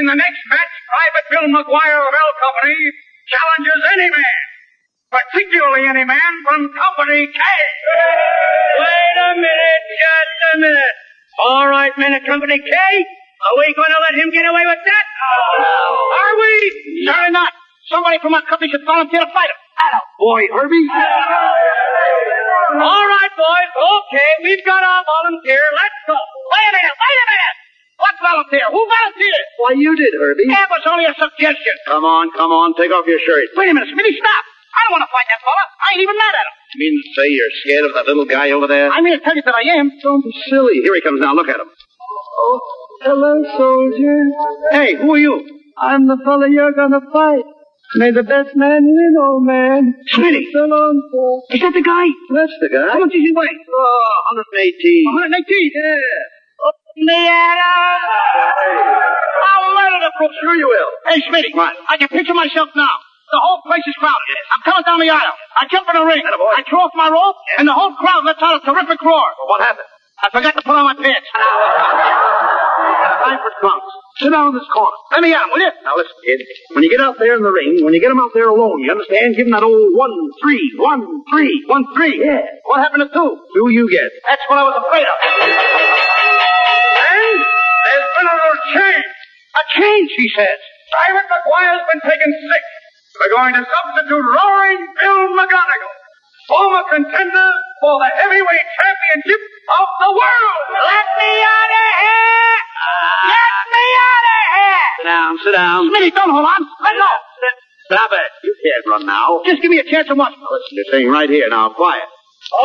S17: In the next match, Private Bill McGuire of L Company challenges any man, particularly any man from Company K. Wait a minute, just a minute. All right, men of Company K, are we going to let him get away with that? Are we? Certainly not. Somebody from our company should volunteer to fight him. Boy, Herbie. All right, boys. Okay, we've got our volunteer. Let's go. Wait a minute. Wait a minute. Hmm. What volunteer? Who volunteered? Why, you did, Herbie. That was only a suggestion.
S6: Come on, come on, take off your shirt.
S17: Wait a minute, Smitty. Stop. I don't want to fight that fella. I ain't even mad at him.
S6: You mean to say you're scared of that little guy over there?
S17: I mean to tell you that I am. Don't be
S6: Silly. Here he comes now. Look at him.
S17: Oh, hello, soldier. Hey, who are you? I'm the fella you're gonna fight. May the best man win, old man. Smitty. So long, sir. Is that the guy? That's the guy. How much is he weigh?
S6: Oh, 118.
S17: 118? Yeah. Open the I'll murder the brute. Sure you will. Hey, Smitty. I can picture myself now. The whole place is crowded. I'm coming down the aisle. I jump in the ring. I throw off my rope, and the whole crowd lets out a terrific roar. what happened? I forgot to pull on my pants. Time for drunks. Sit down in this corner. Let me out, will you?
S6: Now listen, kid. When you get out there in the ring, when you get him out there alone, you understand? Give him that old one, three, one, three, one, three. Yeah.
S17: What happened to two?
S6: Do you get?
S17: That's what I was afraid of. And there's been a little change. A change, he says. Private McGuire's been taken sick. We're going to substitute Roaring Bill McGonagall, former contender for the heavyweight championship of the world. Let me out of here! Let me out of here!
S6: Sit down, sit down.
S17: Smitty, don't hold on. Let go.
S6: Stop it. You can't run now.
S17: Just give me a chance and watch.
S6: Listen, you're staying right here now. Quiet.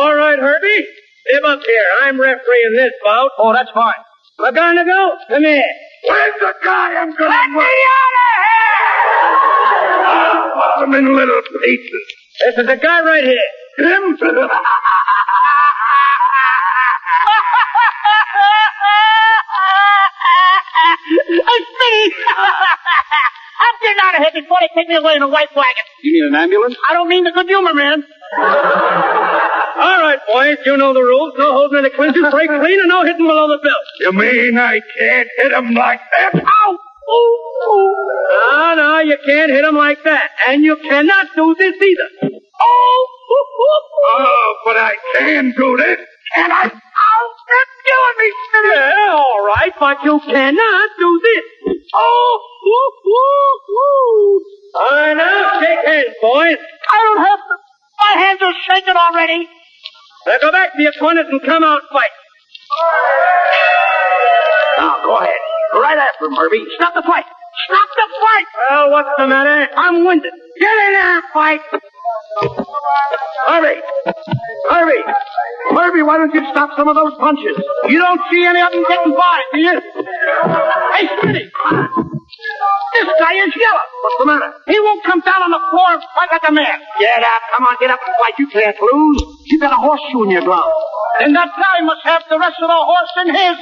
S17: All right, Herbie. Live up here. I'm refereeing this bout. Oh, that's fine. McGonagall, come here. Where's the guy I'm gonna Let me out of here!
S2: Put them in little pieces.
S17: This is the guy right here.
S2: Him?
S17: Smitty! I'm getting out of here before they take me away in a white wagon.
S6: You need an ambulance?
S17: I don't mean the good humor, man. All right, boys, you know the rules. No holding in the clinches, break clean, and no hitting below the belt.
S2: You mean I can't hit him like that?
S17: Ow! No, no, Ah, you can't hit him like that. And you cannot do this either. Oh!
S2: Oh, but I can do this.
S17: Can I? Ow! That's killing me, Smitty! Yeah, all right, but you cannot do this. Oh! Woo, woo, woo. All right, now, shake hands, boys. I don't have to. My hands are shaking already. Now go back to your corners and come out fight.
S6: Now, go ahead. Right after him, Herbie.
S17: Stop the fight! Stop the fight! Well, what's the matter? I'm winded. Get in there and fight!
S6: Herbie! Herbie! Herbie, why don't you stop some of those punches?
S17: You don't see any of them getting by, do you? Hey, Smitty! This guy is yellow.
S6: What's the matter?
S17: He won't come down on the floor and fight like a man.
S6: Get up. Come on, get up and fight. You can't lose. You got a horseshoe in your glove.
S17: Then that guy must have the rest of the horse in his.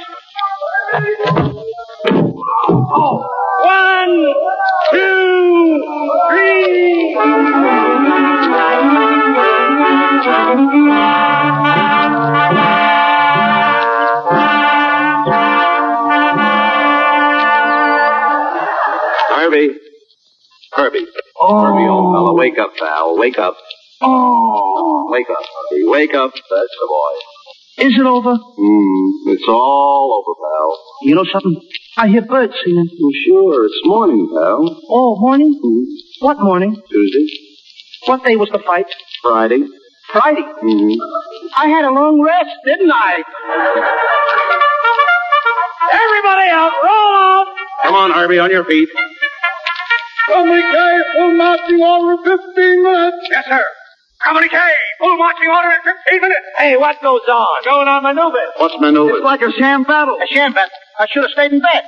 S17: Oh. One, two, three.
S6: Herbie. Herbie. Herbie, old
S2: Oh.
S6: fellow, wake up, pal. Wake up. Oh. Wake up, Herbie. Wake up. That's the boy.
S20: Is it over?
S6: Mm, it's all over, pal.
S20: You know something? I hear birds singing.
S6: Well, sure, it's morning, pal. Hmm.
S20: Oh, morning? What morning?
S6: Tuesday,
S20: What day was the fight?
S6: Friday.
S20: Friday.
S6: Mm.
S20: I had a long rest, didn't I?
S17: Everybody out, roll out.
S6: Come on, Herbie, on your feet.
S2: Company K will not be over 15 minutes.
S17: Yes, sir. Company K, full marching order in 15 minutes. Hey, what goes on? Going on maneuver.
S6: What's maneuvered?
S17: like a sham battle. A sham battle. I should have stayed in bed.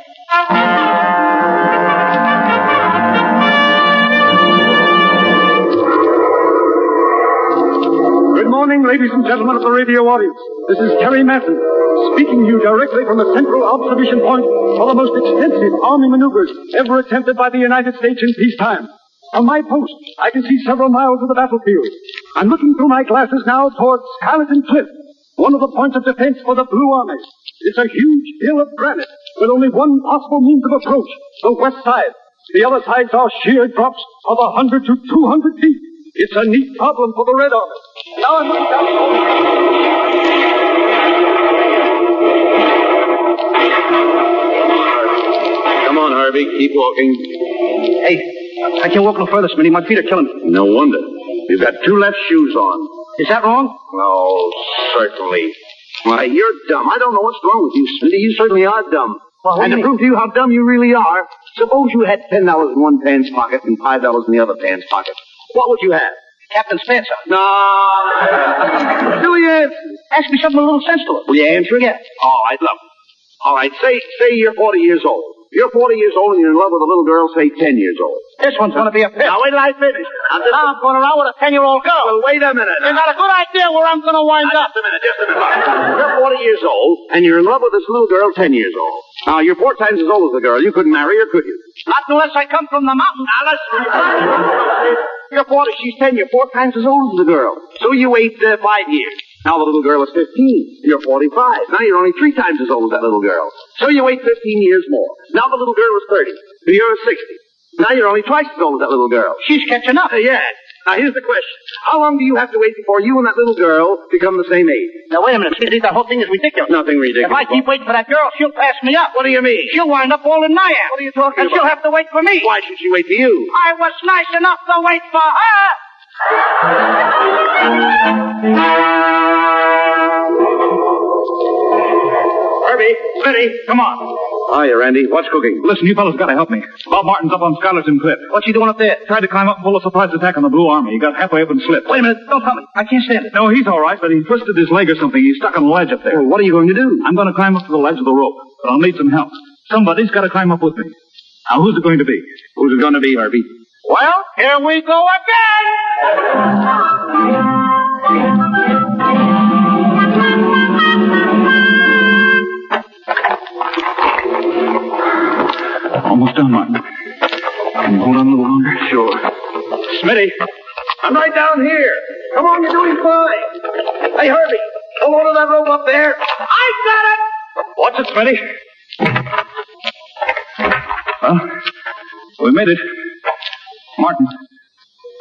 S2: morning, ladies and gentlemen of the radio audience. This is Terry Manson, speaking to you directly from the central observation point for the most extensive army maneuvers ever attempted by the United States in peacetime. From my post, I can see several miles of the battlefield. I'm looking through my glasses now towards Skeleton Cliff, one of the points of defense for the Blue Army. It's a huge hill of granite with only one possible means of approach, the west side. The other sides are sheer drops of 100 to 200 feet. It's a neat problem for the Red Army. Now I'm looking
S6: Come on, Harvey. Keep walking.
S21: Hey, I can't walk no further, Smitty. My feet are killing me.
S6: No wonder. You've got two left shoes on.
S21: Is that wrong?
S6: Oh, certainly. Why, you're dumb. I don't know what's wrong with you, Smitty. You certainly are dumb. and to prove to you how dumb you really are, suppose you had ten dollars in one pants pocket and five dollars in the other pants pocket. What would you have?
S21: Captain Spencer.
S6: No.
S21: Do you ask me something a little sense to it?
S6: Will you answer it? All right, love. All right, say say you're 40 years old. You're 40 years old and you're in love with a little girl, say 10 years old.
S21: This one's gonna be a pit.
S6: Now, wait till I finish. Now, just
S21: I'm going around with a ten-year-old girl.
S6: Well, wait a minute.
S21: You got a good idea where I'm gonna wind up.
S6: Just a minute, just a minute. You're 40 years old, and you're in love with this little girl 10 years old. Now, you're four times as old as the girl. You couldn't marry her, could you?
S21: Not unless I come from the mountain. Now listen.
S6: You're 40, she's 10. You're four times as old as the girl. So you wait uh, five years. Now the little girl is 15. You're 45. Now you're only three times as old as that little girl. So you wait 15 years more. Now the little girl is 30. You're 60. Now you're only twice as old as that little girl.
S21: She's catching up.
S6: Uh, yeah. Now here's the question. How long do you have to wait before you and that little girl become the same age?
S21: Now wait a minute, Smitty. The whole thing is ridiculous.
S6: Nothing
S21: If
S6: ridiculous.
S21: I keep waiting for that girl, she'll pass me up.
S6: What do you mean?
S21: She'll wind up older than I am.
S6: What are you talking
S21: and
S6: about?
S21: she'll have to wait for me.
S6: Why should she wait for you?
S21: I was nice enough to wait for her.
S7: Herbie, Smitty, come on.
S22: Oh,
S6: Hiya, Randy. What's cooking?
S22: Listen, you fellas gotta help me. Bob Martin's up on Skylerton Cliff.
S7: What's he doing up there?
S22: Tried to climb up and pull a surprise attack on the Blue Army. He got halfway up and slipped.
S7: Wait a minute. Don't tell me. I can't stand it.
S22: No, he's all right, but he twisted his leg or something. He's stuck on a ledge up there.
S6: Well, what are you going to do?
S22: I'm going to climb up to the ledge of the rope, but I'll need some help. Somebody's got to climb up with me. Now, who's it going to be? Who's it going to be, Harvey?
S21: Well, here we go
S22: Almost done, Martin. Can you hold on a little longer? Sure.
S7: Smitty. I'm right down here. Come on, you're doing fine. Hey, Herbie, hold on to that rope up there. I got it! What's it, Smitty?
S22: Well, we made it. Martin,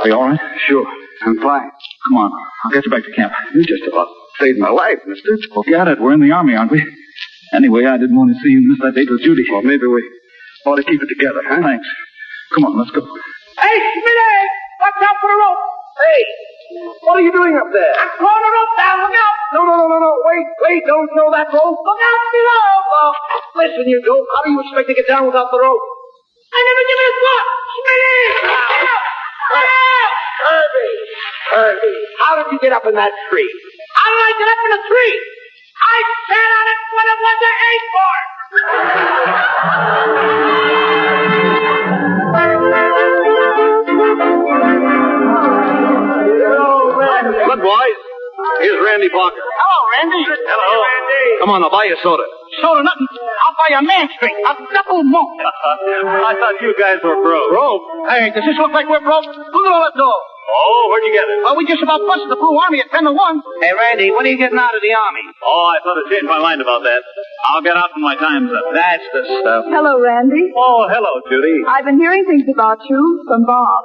S22: are you all right?
S6: Sure. I'm fine.
S22: Come on. I'll get you back to camp.
S6: You just about saved my life, mister.
S22: Forget it. We're in the army, aren't we? Anyway, I didn't want to see you miss that date with Judy.
S6: Well, maybe we ought to keep it together, huh?
S22: Thanks. Come on, let's go.
S17: Hey, Smitty! Watch out for the rope! Hey! What are you doing up there? I'm throwing the rope down. Look out! No, no, no, no, no. Wait, wait. Don't throw that rope. Look out below. Oh, listen, you dope. How do you expect to get down without the rope? I never give it a thought. Smitty! Herbie! Herbie, how did you get up in that tree? How did I get up in a tree? I sat on it when it was an acorn.
S6: Good boys. Here's Randy Parker.
S21: Hello, Randy. Hello.
S6: Come on, I'll buy you a soda.
S21: Soda nothing. I'll buy a man drink. A double malt.
S7: I thought you guys were broke.
S21: Broke? Hey, does this look like we're broke? Look at all that dough.
S7: Oh, where'd you get it?
S21: Well, we just about busted the Blue Army at 10 to 1. Hey, Randy, when are you getting out of the Army?
S7: Oh, I thought I changed my mind about that. I'll get out when my time's up.
S21: That's the stuff.
S23: Hello, Randy.
S7: Oh, hello, Judy.
S23: I've been hearing things about you from Bob.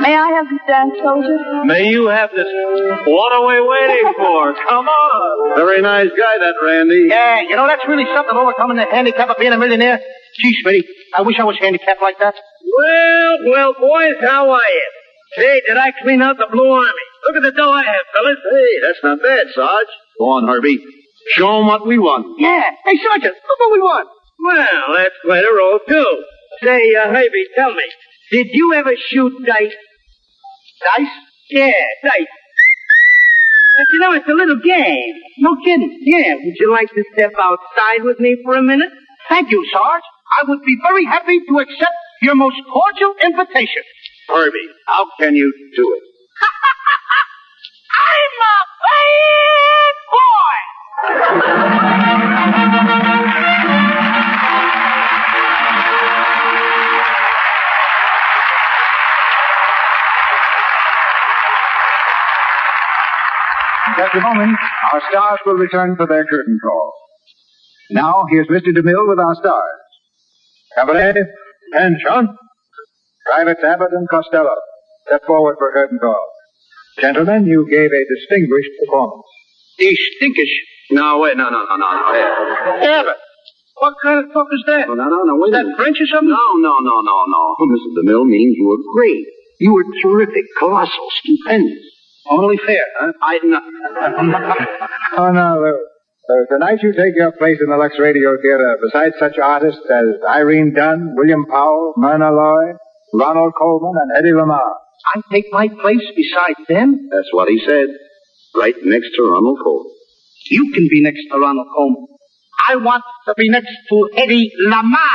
S23: May I have this dance, soldier?
S7: May you have this. What are we waiting for? Come on.
S6: Very nice guy, that Randy.
S21: Yeah, you know, that's really something overcoming the handicap of being a millionaire. Gee, Smitty, I wish I was handicapped like that.
S7: Well, well, boys, how are you? Hey, did I clean out the Blue Army? Look at the dough I have, fellas.
S6: Hey, that's not bad, Sarge. Go on, Harvey. Show 'em what we won.
S21: Yeah. Hey, Sergeant, look what we want.
S7: Well, that's quite a roll, too. Say, uh, Herbie, tell me, did you ever shoot dice?
S21: Dice?
S7: Yeah, dice. But you know, it's a little game.
S21: No kidding.
S7: Yeah, would you like to step outside with me for a minute?
S21: Thank you, Sarge. I would be very happy to accept your most cordial invitation.
S6: Harvey, how can you do it?
S17: I'm a
S24: brave boy!
S6: In just a moment, our stars will return for their curtain call. Now, here's Mr. DeMille with our stars. Company, attention. Privates Abbott and Costello, step forward for curtain call. Gentlemen, you gave a distinguished performance.
S2: He stinkish.
S25: No, wait, no, no, no, no, no. Hey.
S2: Abbott. What kind of talk is that?
S25: No, no, no, no, wait a
S2: That
S25: minute.
S2: French or something?
S25: No, no, no, no, no. Mrs. DeMille means you were great. You were terrific, colossal, stupendous.
S2: Only fair, huh?
S25: I not.
S6: Oh, no, Lou. Uh, tonight you take your place in the Lux Radio Theater beside such artists as Irene Dunn, William Powell, Myrna Loy, Ronald Coleman, and Eddie Lamar.
S17: I take my place beside them.
S25: That's what he said. Right next to Ronald Cole.
S17: You can be next to Ronald Coleman. I want to be next to Eddie Lamar.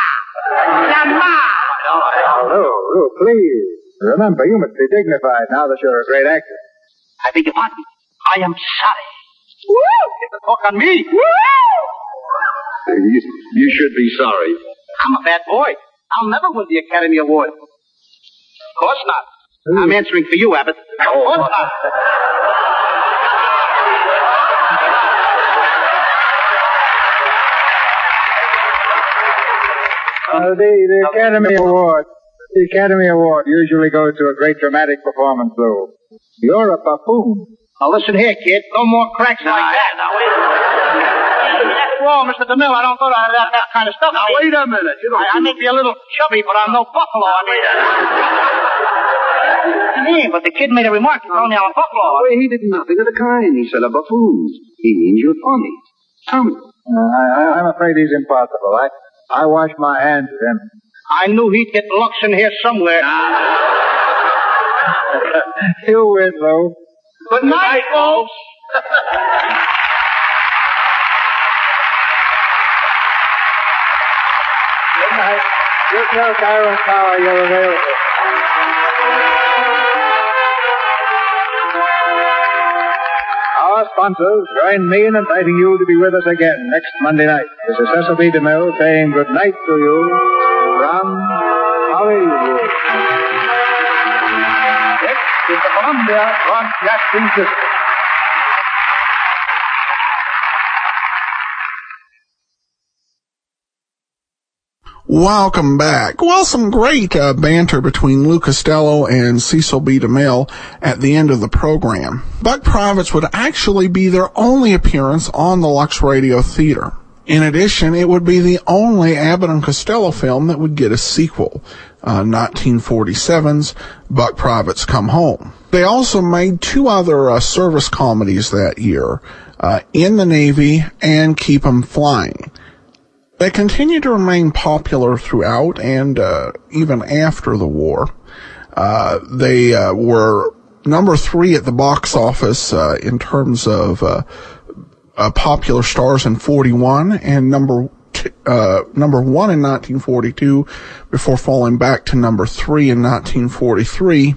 S17: Lamar!
S6: Now, Lou, Lou, oh, please. Remember, you must be dignified now that you're a great actor.
S17: I beg your pardon. I am sorry. Woo! Get the talk on me. Woo!
S25: You, you should be sorry.
S17: I'm a bad boy. I'll never win the Academy Award. Of course not. I'm answering for you, Abbott. Of course not.
S6: Uh, the, the Academy Award. The Academy Award usually goes to a great dramatic performance, Lou. You're a buffoon.
S17: Now listen here, kid. No more cracks like that. Now wait a minute. That's wrong, Mr. DeMille. I don't go to that, that kind of stuff. Now wait a minute. You I, I may be a little chubby, but I'm no buffalo. I mean. Hey, but the kid made a remark. He told me I'm a buffalo.
S25: Well, he did nothing of the kind. He said a buffoon. He means you're funny. Tommy.
S6: Uh, I, I, I'm afraid he's impossible. I, I wash my hands of him.
S17: I knew he'd get Lux in here somewhere.
S6: You win, Lou.
S17: Good night, folks.
S6: Good night. You tell Kyron Power you're available. Our sponsors join me in inviting you to be with us again next Monday night. This is Cecil B. DeMille saying good night to you from Hollywood. This is the Columbia Broadcasting System.
S1: Welcome back. Well, some great uh, banter between Lou Costello and Cecil B. DeMille at the end of the program. Buck Privates would actually be their only appearance on the Lux Radio Theater. In addition, it would be the only Abbott and Costello film that would get a sequel, uh, 1947's Buck Privates Come Home. They also made two other uh, service comedies that year, uh, In the Navy and Keep 'Em Flying. They continued to remain popular throughout and uh, even after the war. Uh, they uh, were number three at the box office uh, in terms of uh, uh, popular stars in 41 and number t- uh, number one in 1942 before falling back to number three in 1943.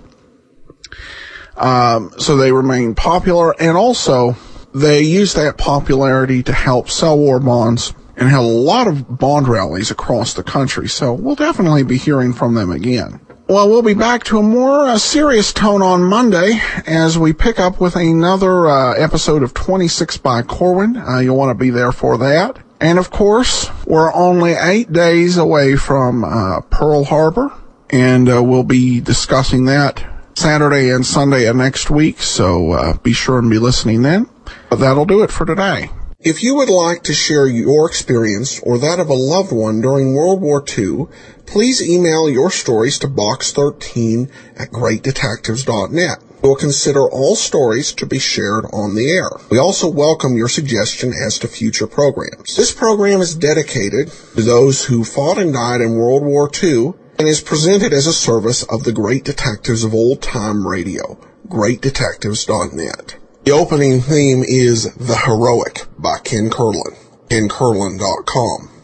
S1: Um, so they remained popular and also they used that popularity to help sell war bonds and had a lot of bond rallies across the country. So we'll definitely be hearing from them again. Well, we'll be back to a more uh, serious tone on Monday as we pick up with another uh, episode of 26 by Corwin. Uh, you'll want to be there for that. And of course, we're only eight days away from uh, Pearl Harbor, and uh, we'll be discussing that Saturday and Sunday of next week. So uh, be sure and be listening then. But that'll do it for today. If you would like to share your experience or that of a loved one during World War II, please email your stories to box13 at greatdetectives.net. We'll consider all stories to be shared on the air. We also welcome your suggestion as to future programs. This program is dedicated to those who fought and died in World War II and is presented as a service of the great detectives of old time radio, greatdetectives.net. The opening theme is The Heroic by Ken Curlin, kencurlin.com.